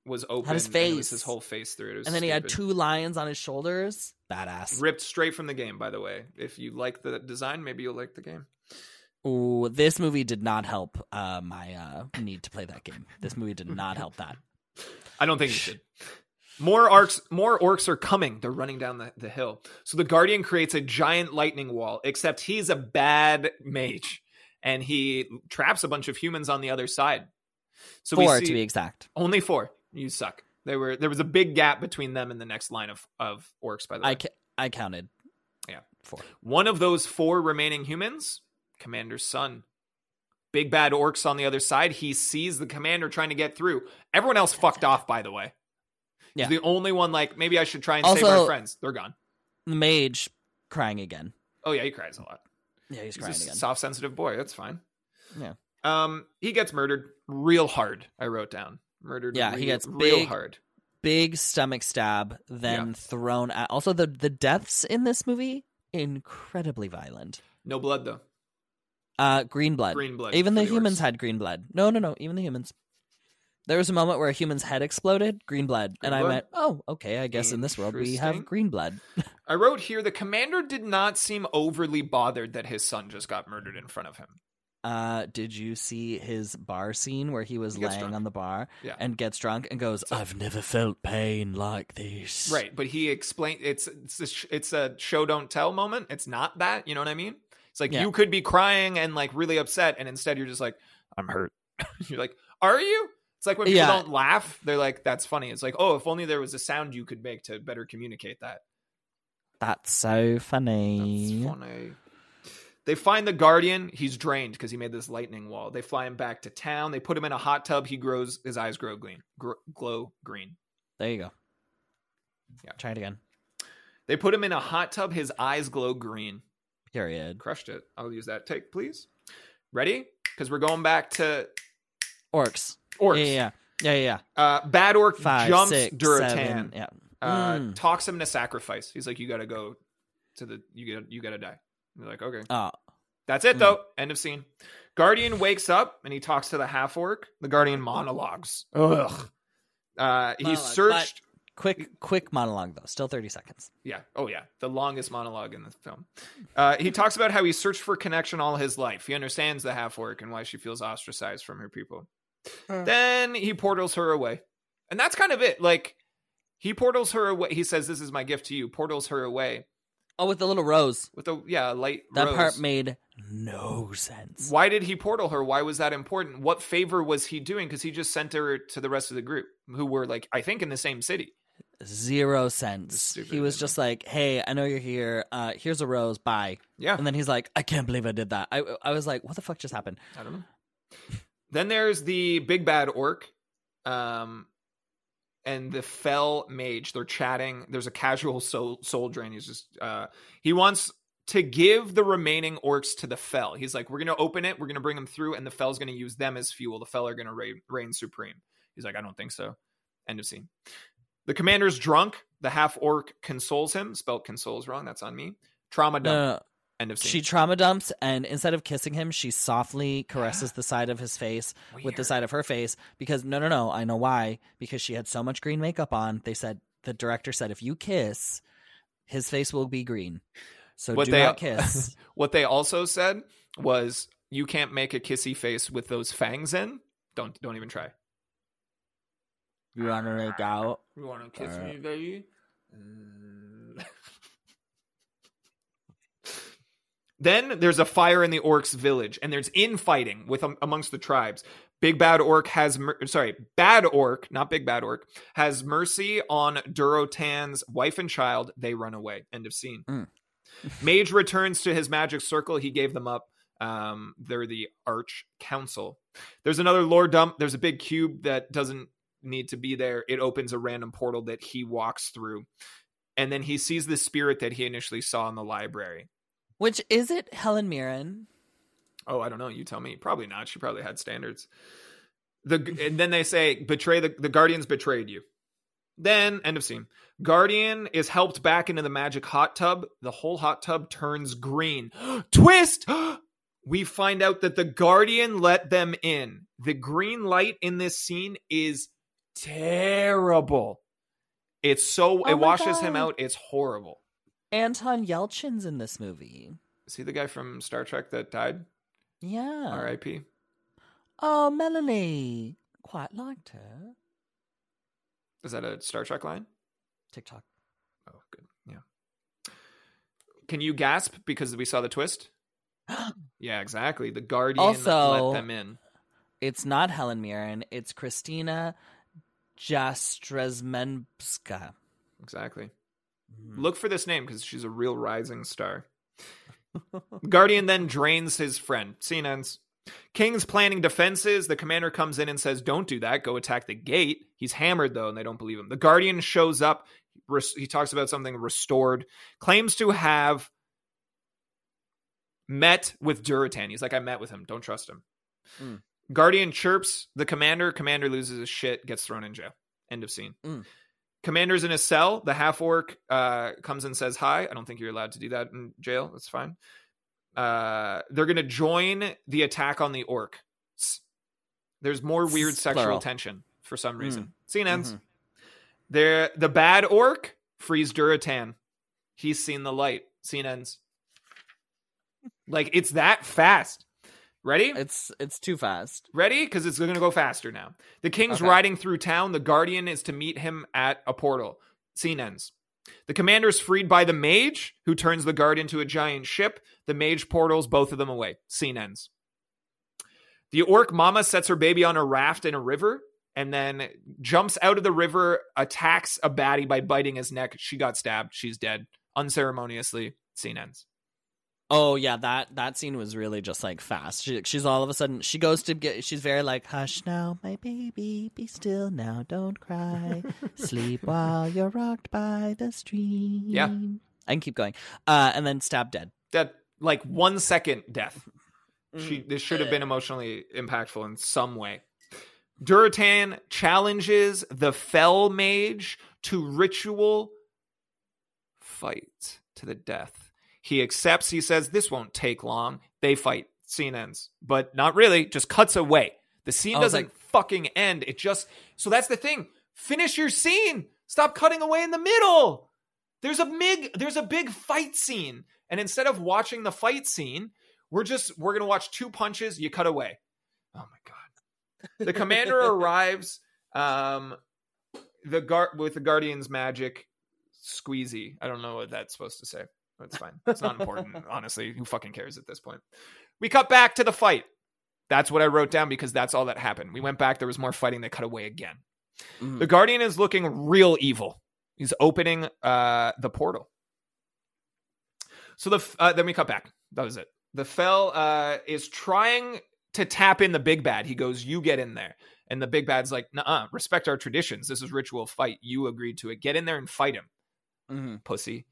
A: was open.
B: his
A: and it was
B: face.
A: his whole face through it. It was
B: and then he had
A: stupid.
B: two lions on his shoulders. Badass.
A: ripped straight from the game by the way if you like the design maybe you'll like the game
B: Ooh, this movie did not help uh, my uh, need to play that game. This movie did not help that.
A: i don't think you should more orcs more orcs are coming they're running down the, the hill so the guardian creates a giant lightning wall except he's a bad mage and he traps a bunch of humans on the other side so
B: Four,
A: we see
B: to be exact.
A: only four you suck they were there was a big gap between them and the next line of of orcs by the way
B: I, ca- I counted.
A: Yeah.
B: Four.
A: One of those four remaining humans, Commander's son. Big bad orcs on the other side. He sees the commander trying to get through. Everyone else fucked off, by the way.
B: Yeah.
A: He's the only one like, maybe I should try and save
B: Also-
A: our friends. They're gone.
B: The mage crying again.
A: Oh yeah, he cries a lot.
B: Yeah, he's,
A: He's
B: crying
A: a
B: again.
A: soft, sensitive boy. That's fine.
B: Yeah.
A: Um, he gets murdered real hard. I wrote down murdered.
B: Yeah, he
A: real-
B: gets
A: real
B: big-
A: hard.
B: Big stomach stab, then thrown at. Also, the, the deaths in this movie, incredibly violent.
A: No blood though.
B: Uh, green blood.
A: Green blood.
B: Even
A: for
B: the humans
A: orcs.
B: had green blood. No, no, no. Even the humans. There was a moment where a human's head exploded, green blood,
A: Green
B: and I
A: blood.
B: went, "Oh, okay. I guess in this world we have
A: Interesting.
B: green blood."
A: I wrote here the commander did not seem overly bothered that his son just got murdered in front of him.
B: Uh, did you see his bar scene where he was
A: He gets
B: laying
A: drunk.
B: on the bar
A: Yeah.
B: and gets drunk and goes, "I've never felt pain like this."
A: Right, but he explained it's it's a, sh- it's a show don't tell moment. It's not that, you know what I mean? It's like
B: Yeah.
A: you could be crying and like really upset, and instead you're just like, I'm hurt. you're like, are you? It's like when people
B: Yeah.
A: don't laugh, they're like, that's funny. It's like, oh, if only there was a sound you could make to better communicate that.
B: That's so
A: That's
B: funny.
A: funny. They find the guardian. He's drained because he made this lightning wall. They fly him back to town. They put him in a hot tub. He grows. His eyes grow green. Gr- glow green.
B: There you go.
A: Yeah.
B: Try it again.
A: They put him in a hot tub. His eyes glow green.
B: Period.
A: crushed it. I'll use that take, please. Ready? Because we're going back to
B: Orcs.
A: orcs.
B: Yeah, yeah, yeah, yeah. yeah.
A: Uh, Bad orc
B: Five,
A: jumps
B: six,
A: Duratan,
B: seven, Yeah.
A: uh,
B: Mm.
A: talks him to sacrifice. He's like, "You gotta go to the you gotta you gotta die." And they're like, "Okay,
B: Oh,
A: that's it
B: Mm.
A: though." End of scene. Guardian wakes up and he talks to the half orc. The Guardian monologues. Ugh. Uh, he
B: Monologue,
A: searched.
B: quick, quick monologue though. Still thirty seconds.
A: Yeah. Oh, yeah. The longest monologue in the film. Uh, he talks about how he searched for connection all his life. He understands the half orc and why she feels ostracized from her people. Then he portals her away. And that's kind of it. Like, he portals her away. He says, This is my gift to you. Portals her away
B: Oh, with the little rose.
A: with a, yeah, a light
B: That
A: rose.
B: part made no sense.
A: why did he portal her? Why was that important? What favor was he doing? Because he just sent her to the rest of the group who were, like, I think in the same city.
B: zero sense.
A: Stupid
B: He was
A: movie.
B: just like, "Hey, I know you're here. Uh, here's a rose. Bye."
A: Yeah.
B: And then he's like, "I can't believe I did that." I I was like, "What the fuck just happened?"
A: I don't know. Then there's the big bad orc, um, and the fell mage. They're chatting. There's a casual soul, soul drain. He's just uh, he wants to give the remaining orcs to the fell. He's like, we're gonna open it. We're gonna bring them through, and the fell's gonna use them as fuel. The fell are gonna reign, reign supreme. He's like, I don't think so. End of scene. The commander's drunk. The half orc consoles him. Spelt consoles wrong. That's on me. Trauma
B: No,
A: dump.
B: no, no.
A: End of scene.
B: She trauma dumps, and instead of kissing him, she softly caresses the side of his face with the
A: Weird.
B: side of her face because no, no, no, I know why. Because she had so much green makeup on. They said the director said if you kiss, his face will be green. So
A: What
B: do
A: they-
B: not kiss.
A: What they also said was, "You can't make a kissy face with those fangs in. Don't don't even try."
B: you want to make out?
A: You want to
B: kiss Uh. me,
A: baby? Mm. then there's a fire in the orcs' village, and there's infighting with um, amongst the tribes. Big bad orc has mer- sorry, bad orc, not big bad orc, has mercy on Durotan's wife and child. They run away. End of scene.
B: Mm.
A: Mage returns to his magic circle. He gave them up. Um, they're the Arch Council. There's another lore dump. There's a big cube that doesn't need to be there. It opens a random portal that he walks through. And then he sees the spirit that he initially saw in the library.
B: Which is it, Helen Mirren?
A: Oh, I don't know. You tell me. Probably not. She probably had standards. The and then they say betray the the guardians betrayed you. Then end of scene. Guardian is helped back into the magic hot tub. The whole hot tub turns green. Twist. we find out that the guardian let them in. The green light in this scene is terrible. It's so
B: Oh
A: it
B: my
A: washes him
B: God.
A: out. It's horrible.
B: Anton Yelchin's in this movie.
A: See the guy from Star Trek that died?
B: Yeah.
A: R.I.P.
B: Oh, Melanie. Quite liked her.
A: Is that a Star Trek line?
B: TikTok.
A: Oh, good. Yeah. Can you gasp because we saw the twist? Yeah, exactly. The guardian
B: Also-
A: let them in.
B: It's not Helen Mirren. It's Christina Jastrzemska.
A: Exactly.
B: Mm-hmm.
A: Look for this name because she's a real rising star. Guardian then drains his friend. Scene ends. King's planning defenses. The commander comes in and says, Don't do that. Go attack the gate. He's hammered, though, and they don't believe him. The Guardian shows up. Res- he talks about something restored, claims to have met with Duratan. He's like, I met with him. Don't trust him.
B: Mm.
A: Guardian chirps. The commander. Commander loses his shit, gets thrown in jail. End of scene.
B: Mm.
A: Commander's in a cell. The half orc uh, comes and says hi. I don't think you're allowed to do that in jail. That's fine. Uh, they're going to join the attack on the orc. S- There's more weird
B: S-
A: sexual
B: plural.
A: tension for some reason.
B: Mm.
A: Scene ends.
B: Mhm.
A: There, the bad orc frees Duratan. He's seen the light. Scene ends. Like it's that fast. Ready?
B: It's it's too fast.
A: Ready? Because it's going to go faster now. The king's
B: Okay.
A: riding through town. The guardian is to meet him at a portal. Scene ends. The commander is freed by the mage, who turns the guard into a giant ship. The mage portals both of them away. Scene ends. The orc mama sets her baby on a raft in a river and then jumps out of the river, attacks a baddie by biting his neck. She got stabbed. She's dead. Unceremoniously. Scene ends.
B: Oh yeah, that that scene was really just like fast. She, she's all of a sudden she goes to get. She's very like, hush now, my baby, be still now, don't cry, sleep while you're rocked by the stream. I can keep going. Uh, and then stab dead.
A: That, like, one second death. She
B: Mm-hmm.
A: this should have been emotionally impactful in some way. Duratan challenges the Fell Mage to ritual fight to the death. He accepts, he says, This won't take long. They fight. Scene ends. But not really, just cuts away. The scene
B: I was
A: doesn't fucking end. It just so that's the thing. Finish your scene. Stop cutting away in the middle. There's a big there's a big fight scene. And instead of watching the fight scene, we're just we're gonna watch two punches you cut away oh my god the commander arrives um the guard with the guardian's magic squeezy i don't know what that's supposed to say that's fine it's not important honestly who fucking cares at this point we cut back to the fight that's what i wrote down because that's all that happened we went back there was more fighting they cut away again
B: Mhm.
A: the guardian is looking real evil He's opening uh, the portal. So the f- uh, then we cut back. That was it. The fell uh, is trying to tap in the big bad. He goes, "You get in there," and the big bad's like, "Nah, respect our traditions. This is ritual fight. You agreed to it. Get in there and fight him,
B: Mhm.
A: pussy."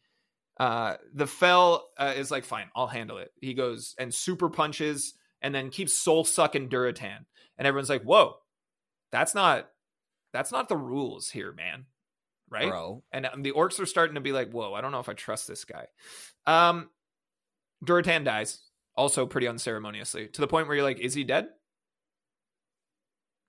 A: Uh, the fell uh, is like, "Fine, I'll handle it." He goes and super punches, and then keeps soul sucking Duratan, and everyone's like, "Whoa, that's not that's not the rules here, man." Right?
B: Bro.
A: and um, the orcs are starting to be like, "Whoa, I don't know if I trust this guy." Um, Duratan dies, also pretty unceremoniously, to the point where you're like, "Is he dead?"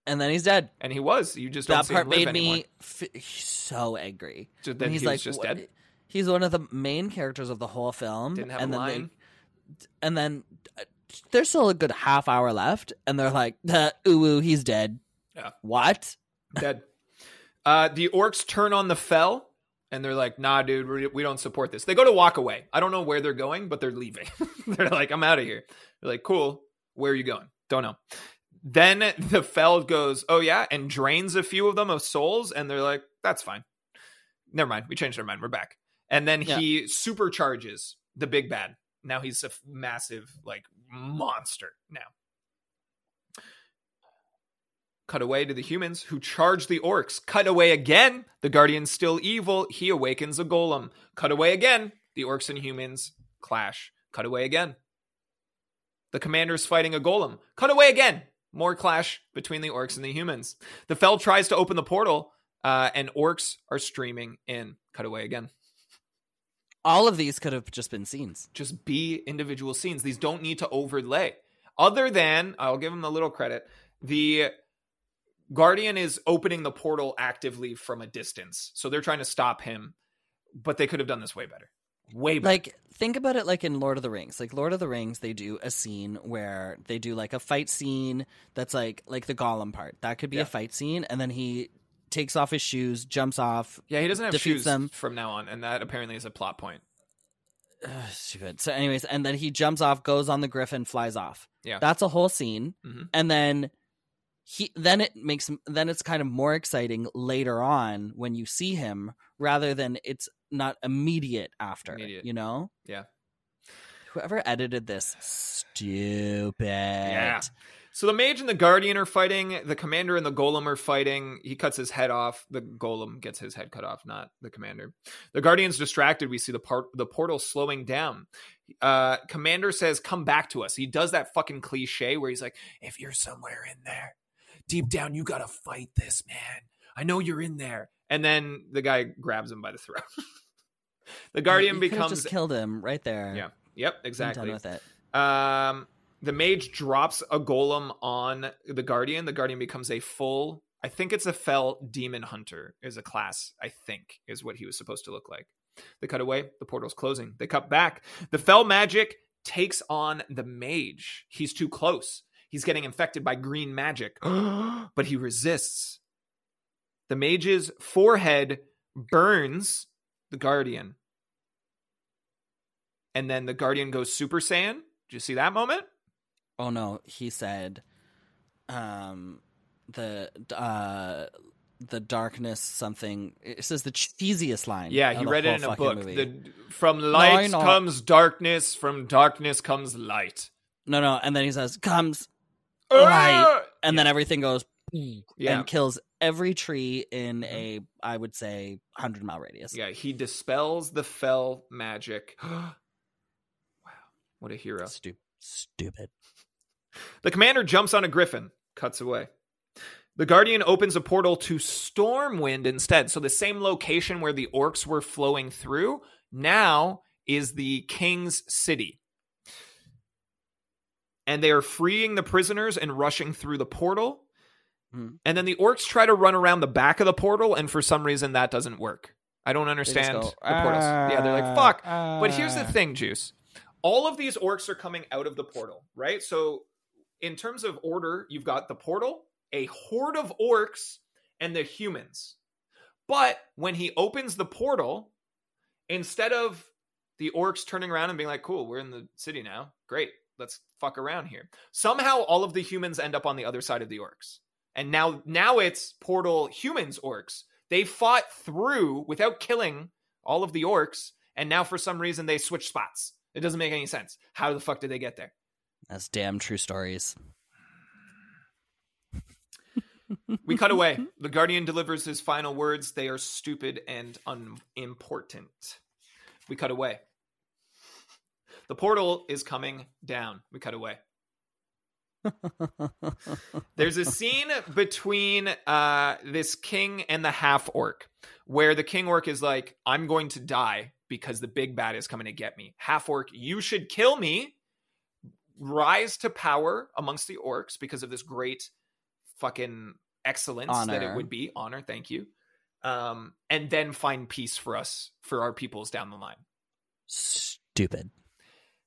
B: And then he's dead.
A: And he was. You just don't
B: That
A: see
B: part
A: him live
B: made
A: anymore.
B: me f- so angry.
A: So then
B: And he's
A: he was
B: like
A: just
B: wh-
A: dead.
B: He's one of the main characters of the whole film.
A: Didn't have
B: and
A: a
B: then they-
A: line.
B: and then uh, there's still a good half hour left, and they're like, "Uh, "Ooh, ooh, he's dead."
A: Yeah.
B: What?
A: dead. Uh, the orcs turn on the fell, and they're like, "Nah, dude, we, we don't support this." They go to walk away. I don't know where they're going, but they're leaving. they're like, "I'm out of here." They're like, "Cool, where are you going?" Don't know. Then the fell goes, "Oh yeah," and drains a few of them of souls, and they're like, "That's fine. Never mind. We changed our mind. We're back." And then
B: Yeah.
A: he supercharges the big bad. Now he's a f- massive like monster. Now. Cut away to the humans who charge the orcs. Cut away again. The guardian's still evil. He awakens a golem. Cut away again. The orcs and humans clash. Cut away again. The commander's fighting a golem. Cut away again. More clash between the orcs and the humans. The fell tries to open the portal, uh, and orcs are streaming in. Cut away again.
B: All of these could have just been scenes.
A: Just be individual scenes. These don't need to overlay. Other than, I'll give him a little credit, the Guardian is opening the portal actively from a distance. So they're trying to stop him, but they could have done this way better. Way better.
B: Like, think about it like in Lord of the Rings. Like Lord of the Rings, they do a scene where they do like a fight scene that's like like the Gollum part. That could be
A: Yeah.
B: a fight scene, and then he takes off his shoes, jumps off.
A: yeah, he doesn't have
B: defeats
A: shoes
B: them.
A: from now on, and that apparently is a plot point.
B: Ugh, stupid. So, anyways, and then he jumps off, goes on the griffin, flies off.
A: Yeah.
B: that's a whole scene,
A: Mhm.
B: and then he then it makes him- then it's kind of more exciting later on when you see him rather than it's not immediate after.
A: Immediate.
B: You know?
A: Yeah.
B: Whoever edited this, stupid.
A: Yeah. So the mage and the guardian are fighting. The commander and the golem are fighting. He cuts his head off. The golem gets his head cut off, not the commander. The guardian's distracted. We see the part the portal slowing down. Uh, commander says, "Come back to us." He does that fucking cliche where he's like, "If you're somewhere in there, deep down, you gotta fight this man. I know you're in there." And then the guy grabs him by the throat. the guardian
B: You could've
A: becomes
B: just killed him right there.
A: yeah, yep,
B: I'm
A: exactly.
B: done with it.
A: Um, the mage drops a golem on the guardian. The guardian becomes a full. I think it's a fell demon hunter is a class. I think is what he was supposed to look like. They cut away. The portal's closing. They cut back. The fell magic takes on the mage. He's too close. He's getting infected by green magic, but he resists. The mage's forehead burns the guardian. And then the guardian goes Super Saiyan. Did you see that moment?
B: Oh no, he said, um, the uh, the darkness something. It says the cheesiest line.
A: Yeah,
B: of
A: he
B: the
A: read
B: whole
A: it in a
B: fucking
A: book.
B: movie.
A: The, from light
B: know.
A: comes darkness, from darkness comes light.
B: No, no, and then he says comes,
A: Ah!
B: Light. and then everything goes
A: Yeah. Mm-hmm.
B: and kills every tree in a I would say hundred mile radius.
A: Yeah, he dispels the fell magic. wow, what a hero.
B: Stupid, stupid.
A: The commander jumps on a griffin, cuts away. The guardian opens a portal to Stormwind instead. So the same location where the orcs were flowing through now is the king's city. And they are freeing the prisoners and rushing through the portal.
B: Mhm.
A: And then the orcs try to run around the back of the portal, and for some reason that doesn't work. I don't
B: They just
A: understand
B: go,
A: the portals. Yeah, they're
B: "Ah,
A: like, fuck.
B: ah."
A: But here's the thing, Juice. All of these orcs are coming out of the portal, right? So, in terms of order, you've got the portal, a horde of orcs, and the humans. But when he opens the portal, instead of the orcs turning around and being like, cool, we're in the city now. Great. Let's fuck around here. Somehow all of the humans end up on the other side of the orcs. And now now it's portal humans orcs. They fought through without killing all of the orcs, and now for some reason they switched spots. It doesn't make any sense. How the fuck did they get there?
B: That's damn true stories.
A: We cut away. The Guardian delivers his final words. They are stupid and unimportant. We cut away. The portal is coming down. We cut away. There's a scene between uh, this king and the half orc where the king orc is like, I'm going to die because the big bad is coming to get me. Half orc, you should kill me. Rise to power amongst the orcs because of this great fucking excellence that it
B: Honor.
A: would be. Honor, thank you. Um, and then find peace for us, for our peoples down the line.
B: Stupid.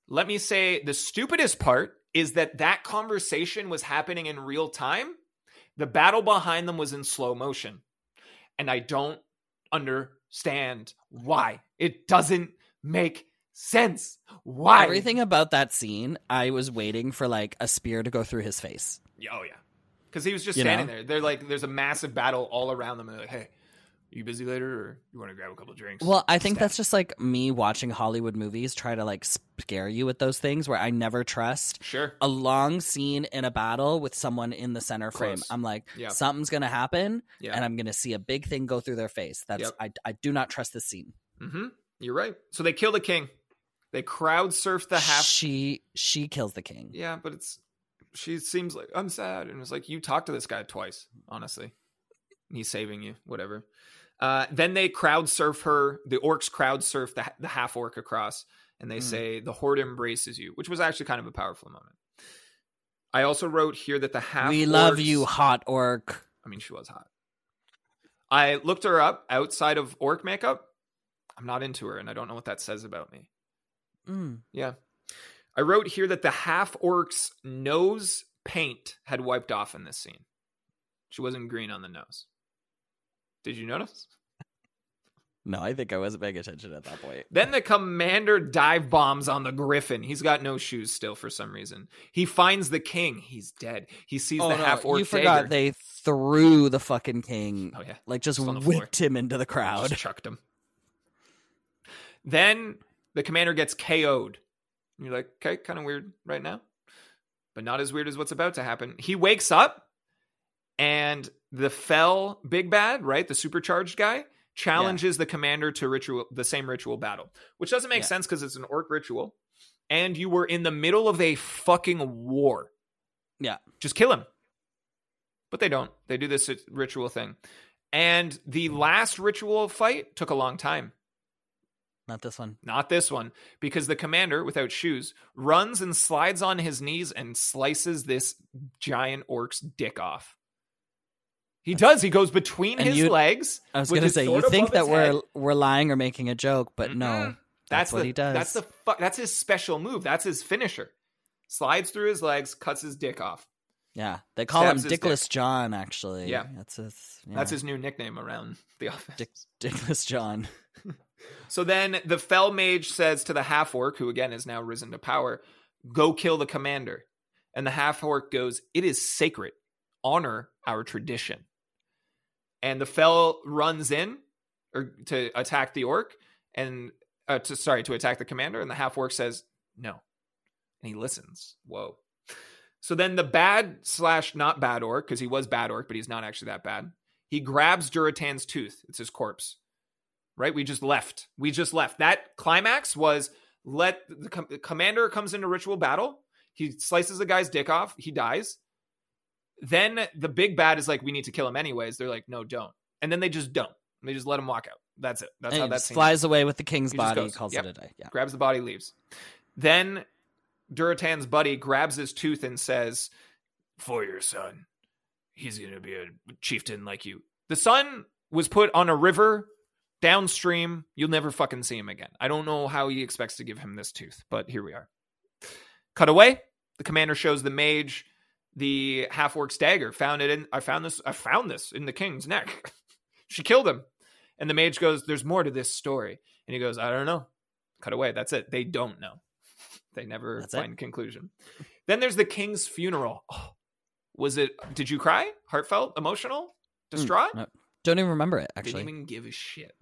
A: Let me say the stupidest part is that that conversation was happening in real time. The battle behind them was in slow motion. And I don't understand why. It doesn't make sense. Why?
B: Everything about that scene, I was waiting for like a spear to go through his face.
A: Yeah, Oh, yeah. Because he was just
B: You
A: standing
B: know?
A: there. They're like, there's a massive battle all around them. And they're like, hey, you busy later or you want to grab a couple drinks?
B: Well, I think
A: Stab.
B: that's just like me watching Hollywood movies try to like scare you with those things where I never trust
A: Sure.
B: a long scene in a battle with someone in the center frame.
A: Close.
B: I'm like,
A: Yeah.
B: something's going to happen
A: Yeah.
B: and I'm going to see a big thing go through their face. That's I I do not trust this scene.
A: mm-hmm. You're right. So they kill the king. They crowd surf the half
B: she she kills the king.
A: yeah, but it's she seems like I'm sad, and it's like you talked to this guy twice, honestly. He's saving you, whatever. Uh, then they crowd surf her. The orcs crowd surf the, the half orc across, and they
B: Mm.
A: say the horde embraces you, which was actually kind of a powerful moment. I also wrote here that the half
B: we love
A: orcs-
B: you, hot orc.
A: I mean, she was hot. I looked her up outside of orc makeup. I'm not into her, and I don't know what that says about me.
B: Mm.
A: I wrote here that the half orc's nose paint had wiped off in this scene. She wasn't green on the nose. Did you notice?
B: No, I think I wasn't paying attention at that point.
A: Then the commander dive bombs on the griffin. He's got no shoes still for some reason. He finds the king. He's dead. He sees the half orc.
B: Oh, you forgot
A: dagger.
B: they threw the fucking king,
A: Oh yeah.
B: like just
A: Just on the floor.
B: whipped him into the crowd.
A: Just chucked him. Then the commander gets KO'd. And You're like, okay, kind of weird right now, but not as weird as what's about to happen. He wakes up, and the fell big bad, right, the supercharged guy, challenges the commander to ritual, the same ritual battle, which doesn't make
B: Yeah.
A: sense because it's an orc ritual, and you were in the middle of a fucking war.
B: Yeah.
A: just kill him. But they don't. They do this ritual thing. And the last ritual fight took a long time.
B: Not this one.
A: Not this one, because the commander, without shoes, runs and slides on his knees and slices this giant orc's dick off. He does. He goes between
B: And
A: his
B: you-
A: legs.
B: I was
A: With
B: gonna
A: his
B: say you
A: sword above
B: think that
A: his
B: we're
A: head.
B: we're lying or making a joke, but no,
A: Mm-mm.
B: that's what
A: the,
B: he does.
A: Mm-hmm. That's the fuck. That's his special move. That's his finisher. Slides through his legs, cuts his dick off.
B: yeah. They call him
A: Stabs his dick.
B: Dickless John. Actually,
A: Yeah.
B: that's his. yeah,
A: That's his new nickname around the office.
B: Dick- Dickless John.
A: So then the fell mage says to the half orc, who again is now risen to power, go kill the commander. And the half orc goes, it is sacred. Honor our tradition. And the fell runs in or to attack the orc and uh, to sorry to attack the commander and the half orc says no and he listens whoa so then the bad slash not bad orc because he was bad orc but he's not actually that bad he grabs duratan's tooth it's his corpse right? We just left. We just left. That climax was let the, com- the commander comes into ritual battle. He slices the guy's dick off. He dies. Then the big bad is like, we need to kill him anyways. They're like, no, don't. And then they just don't. They just let him walk out. That's it. That's
B: And
A: how
B: he
A: that
B: just
A: scene
B: flies away with the king's
A: He just
B: body,
A: goes,
B: calls
A: yep.
B: it a day. Yeah.
A: grabs the body, leaves. Then Duratan's buddy grabs his tooth and says, For your son, he's going to be a chieftain like you. The son was put on a river downstream. You'll never fucking see him again. I don't know how he expects to give him this tooth, but here we are. Cut away. The commander shows the mage the half orc's dagger. Found it in. I found this. I found this in the king's neck. she killed him. And the mage goes, "There's more to this story." And he goes, "I don't know." Cut away. That's it. They don't know. They never
B: That's it.
A: find conclusion. Then there's the king's funeral. Oh, was it? Did you cry? Heartfelt? Emotional?
B: Mm,
A: Distraught?
B: no, Don't even remember it actually.
A: Didn't even give a shit.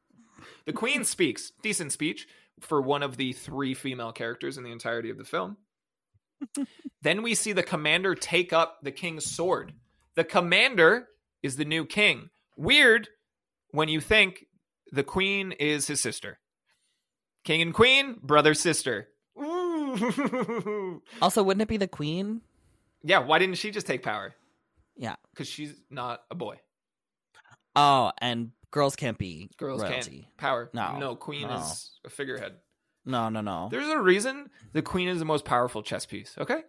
A: the Queen speaks decent speech for one of the three female characters in the entirety of the film. then we see the commander take up the king's sword. The commander is the new king. Weird when you think the queen is his sister. King and queen, brother, sister. Ooh.
B: Also, wouldn't it be the queen?
A: yeah, why didn't she just take power?
B: Yeah.
A: Because she's not a boy.
B: Oh, and girls can't be
A: Girls
B: royalty.
A: can't power.
B: No,
A: no queen
B: no.
A: is a figurehead.
B: No, no, no.
A: There's a reason the queen is the most powerful chess piece, okay?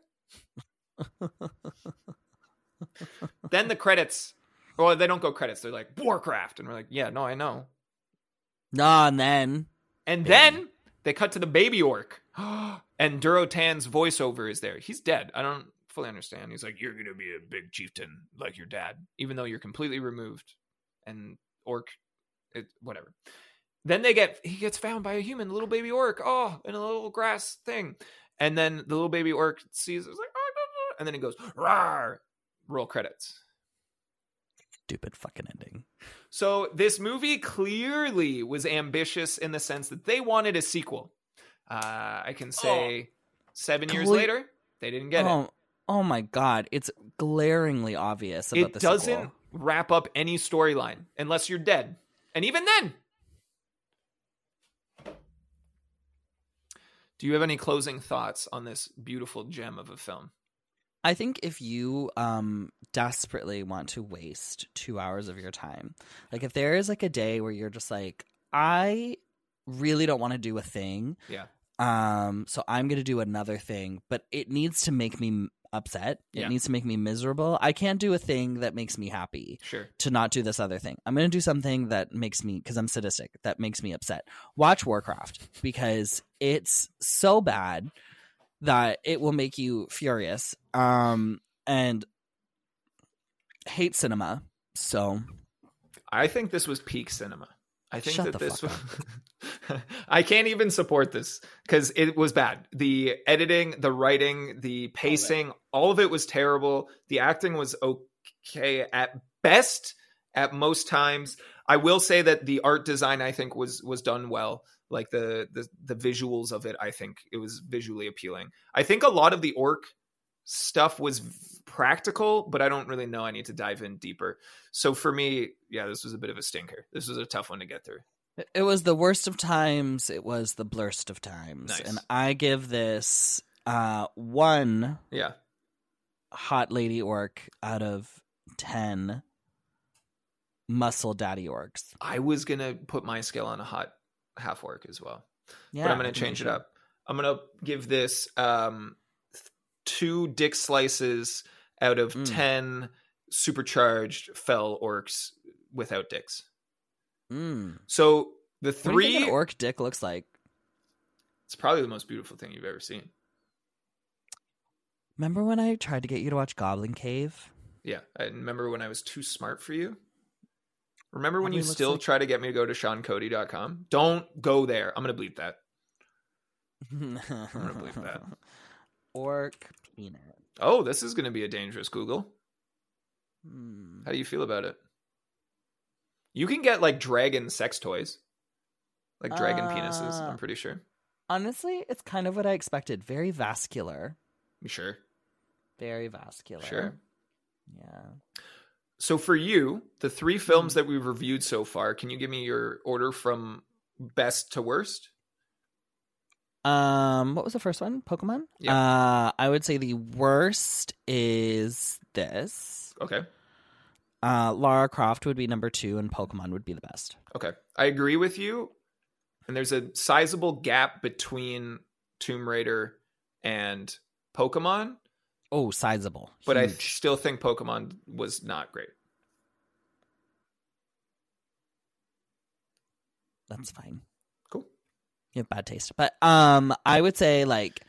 A: then the credits. Well, they don't go credits. They're like Warcraft. And we're like, yeah, no, I know.
B: no, and then
A: And then they cut to the baby orc. and Durotan's voiceover is there. He's dead. I don't fully understand. He's like, You're gonna be a big chieftain like your dad, even though you're completely removed and orc it whatever. Then they get he gets found by a human, little baby orc, oh, in a little grass thing. And then the little baby orc sees it's like "Oh, no, no," and then he goes, Rawr! Roll credits.
B: stupid fucking ending.
A: So this movie clearly was ambitious in the sense that they wanted a sequel. Uh, I can say seven years
B: Cle-
A: later they didn't get
B: oh, oh my god, it's glaringly obvious
A: it.
B: about
A: It
B: the
A: doesn't
B: sequel.
A: wrap up any storyline unless you're dead, and even then. Do you have any closing thoughts on this beautiful gem of a film?
B: I think if you um desperately want to waste two hours of your time, like if there is like a day where you're just like, I really don't want to do a thing.
A: Yeah.
B: Um, so I'm gonna do another thing, but it needs to make me m- upset. It
A: Yeah.
B: needs to make me miserable. I can't do a thing that makes me happy.
A: Sure.
B: to not do this other thing. I'm going to do something that makes me because I'm sadistic. That makes me upset. Watch Warcraft because it's so bad that it will make you furious. Um, and hate cinema. So
A: I think this was peak cinema. I think
B: Shut
A: that
B: the
A: this
B: fuck
A: was. I can't even support this because it was bad. The editing, the writing, the pacing, all of, it was terrible. The acting was okay at best, at most times. I will say that the art design I think was was done well. Like the the, the visuals of it, I think it was visually appealing. I think a lot of the orc stuff was v- practical, but I don't really know. I need to dive in deeper. So for me, yeah, this was a bit of a stinker. This was a tough one to get through.
B: it- it was the worst of times. It was the blurst of times.
A: Nice.
B: And I give this uh, one
A: Yeah.
B: hot lady orc out of 10 muscle daddy orcs.
A: I was going to put my scale on a hot half work as well,
B: Yeah,
A: but I'm going
B: I
A: to
B: think you
A: change it
B: should.
A: up. I'm going to give this um, th- two dick slices out of
B: Mm.
A: 10 supercharged fell orcs without dicks.
B: Mm.
A: So the
B: What do you think
A: three,
B: an orc dick looks like.
A: it's probably the most beautiful thing you've ever seen.
B: Remember when I tried to get you to watch Goblin Cave?
A: Yeah, I remember when I was too smart for you. Remember when
B: Probably
A: you
B: looks
A: still
B: like-
A: try to get me to go to seancody.com? Don't go there. I'm going to bleep that.
B: I'm
A: gonna believe that.
B: Orc peanut.
A: Oh, this is going to be a dangerous Google.
B: Hmm.
A: How do you feel about it? You can get like dragon sex toys, like dragon penises.
B: Uh,
A: I'm pretty sure.
B: Honestly, it's kind of what I expected. Very vascular.
A: You sure?
B: Very vascular.
A: Sure.
B: Yeah.
A: So for you, the three
B: Hmm.
A: films that we've reviewed so far, can you give me your order from best to worst?
B: Um, what was the first one? Pokemon?
A: Yeah.
B: Uh I would say the worst is this.
A: Okay.
B: Uh Lara Croft would be number two and Pokemon would be the best.
A: Okay. I agree with you. And there's a sizable gap between Tomb Raider and Pokemon,
B: Oh, sizable.
A: but I
B: Huge.
A: still think Pokemon was not great.
B: that's fine.
A: Cool.
B: You have bad taste. But um I would say like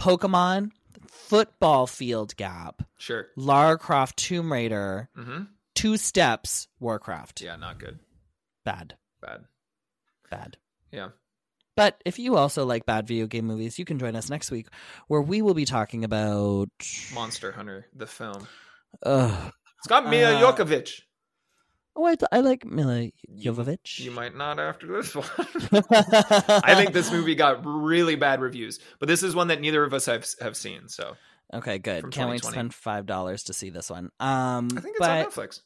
B: Pokemon, football field gap,
A: Sure.
B: Lara Croft Tomb Raider,
A: Mm-hmm.
B: two steps, Warcraft.
A: Yeah, not good.
B: Bad.
A: Bad.
B: Bad.
A: Yeah.
B: But if you also like bad video game movies, you can join us next week where we will be talking about
A: Monster Hunter, the film.
B: Ugh.
A: It's got Mia
B: Uh,
A: Jokovic.
B: Oh, I, I like Mila Jovovich.
A: You might not after this one. I think this movie got really bad reviews, but this is one that neither of us have have seen. So
B: Okay, good.
A: from
B: Can't wait to
A: 2020.
B: spend five dollars to see this one. Um,
A: I think it's
B: but
A: on Netflix.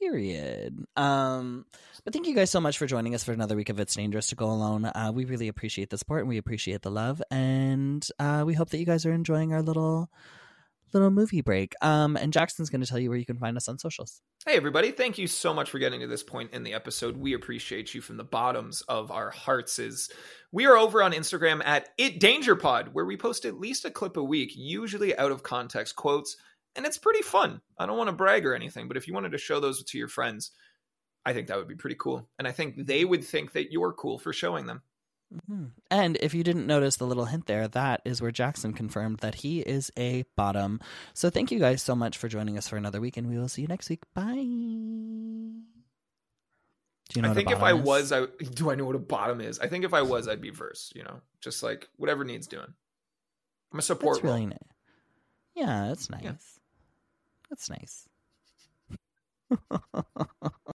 B: period. Um, but thank you guys so much for joining us for another week of It's Dangerous to Go Alone. Uh, we really appreciate the support and we appreciate the love, and uh, we hope that you guys are enjoying our little little movie break. Um, and Jackson's going to tell you where you can find us on socials.
A: Hey, everybody. Thank you so much for getting to this point in the episode. We appreciate you from the bottoms of our hearts. Is we are over on Instagram at It Danger Pod, where we post at least a clip a week, usually out of context quotes, and it's pretty fun. I don't want to brag or anything, but if you wanted to show those to your friends, I think that would be pretty cool. And I think they would think that you're cool for showing them. Mm-hmm.
B: Mhm. And if you didn't notice the little hint there, that is where Jackson confirmed that he is a bottom. So thank you guys so much for joining us for another week, and we will see you next week. Bye. Do you know
A: I
B: what a
A: think if
B: bottom
A: I
B: is?
A: was, I do I know what a bottom is. I think if I was, I'd be verse. You know, just like whatever needs doing. I'm a support.
B: that's
A: role.
B: really nice. Yeah, that's nice.
A: Yeah.
B: That's nice.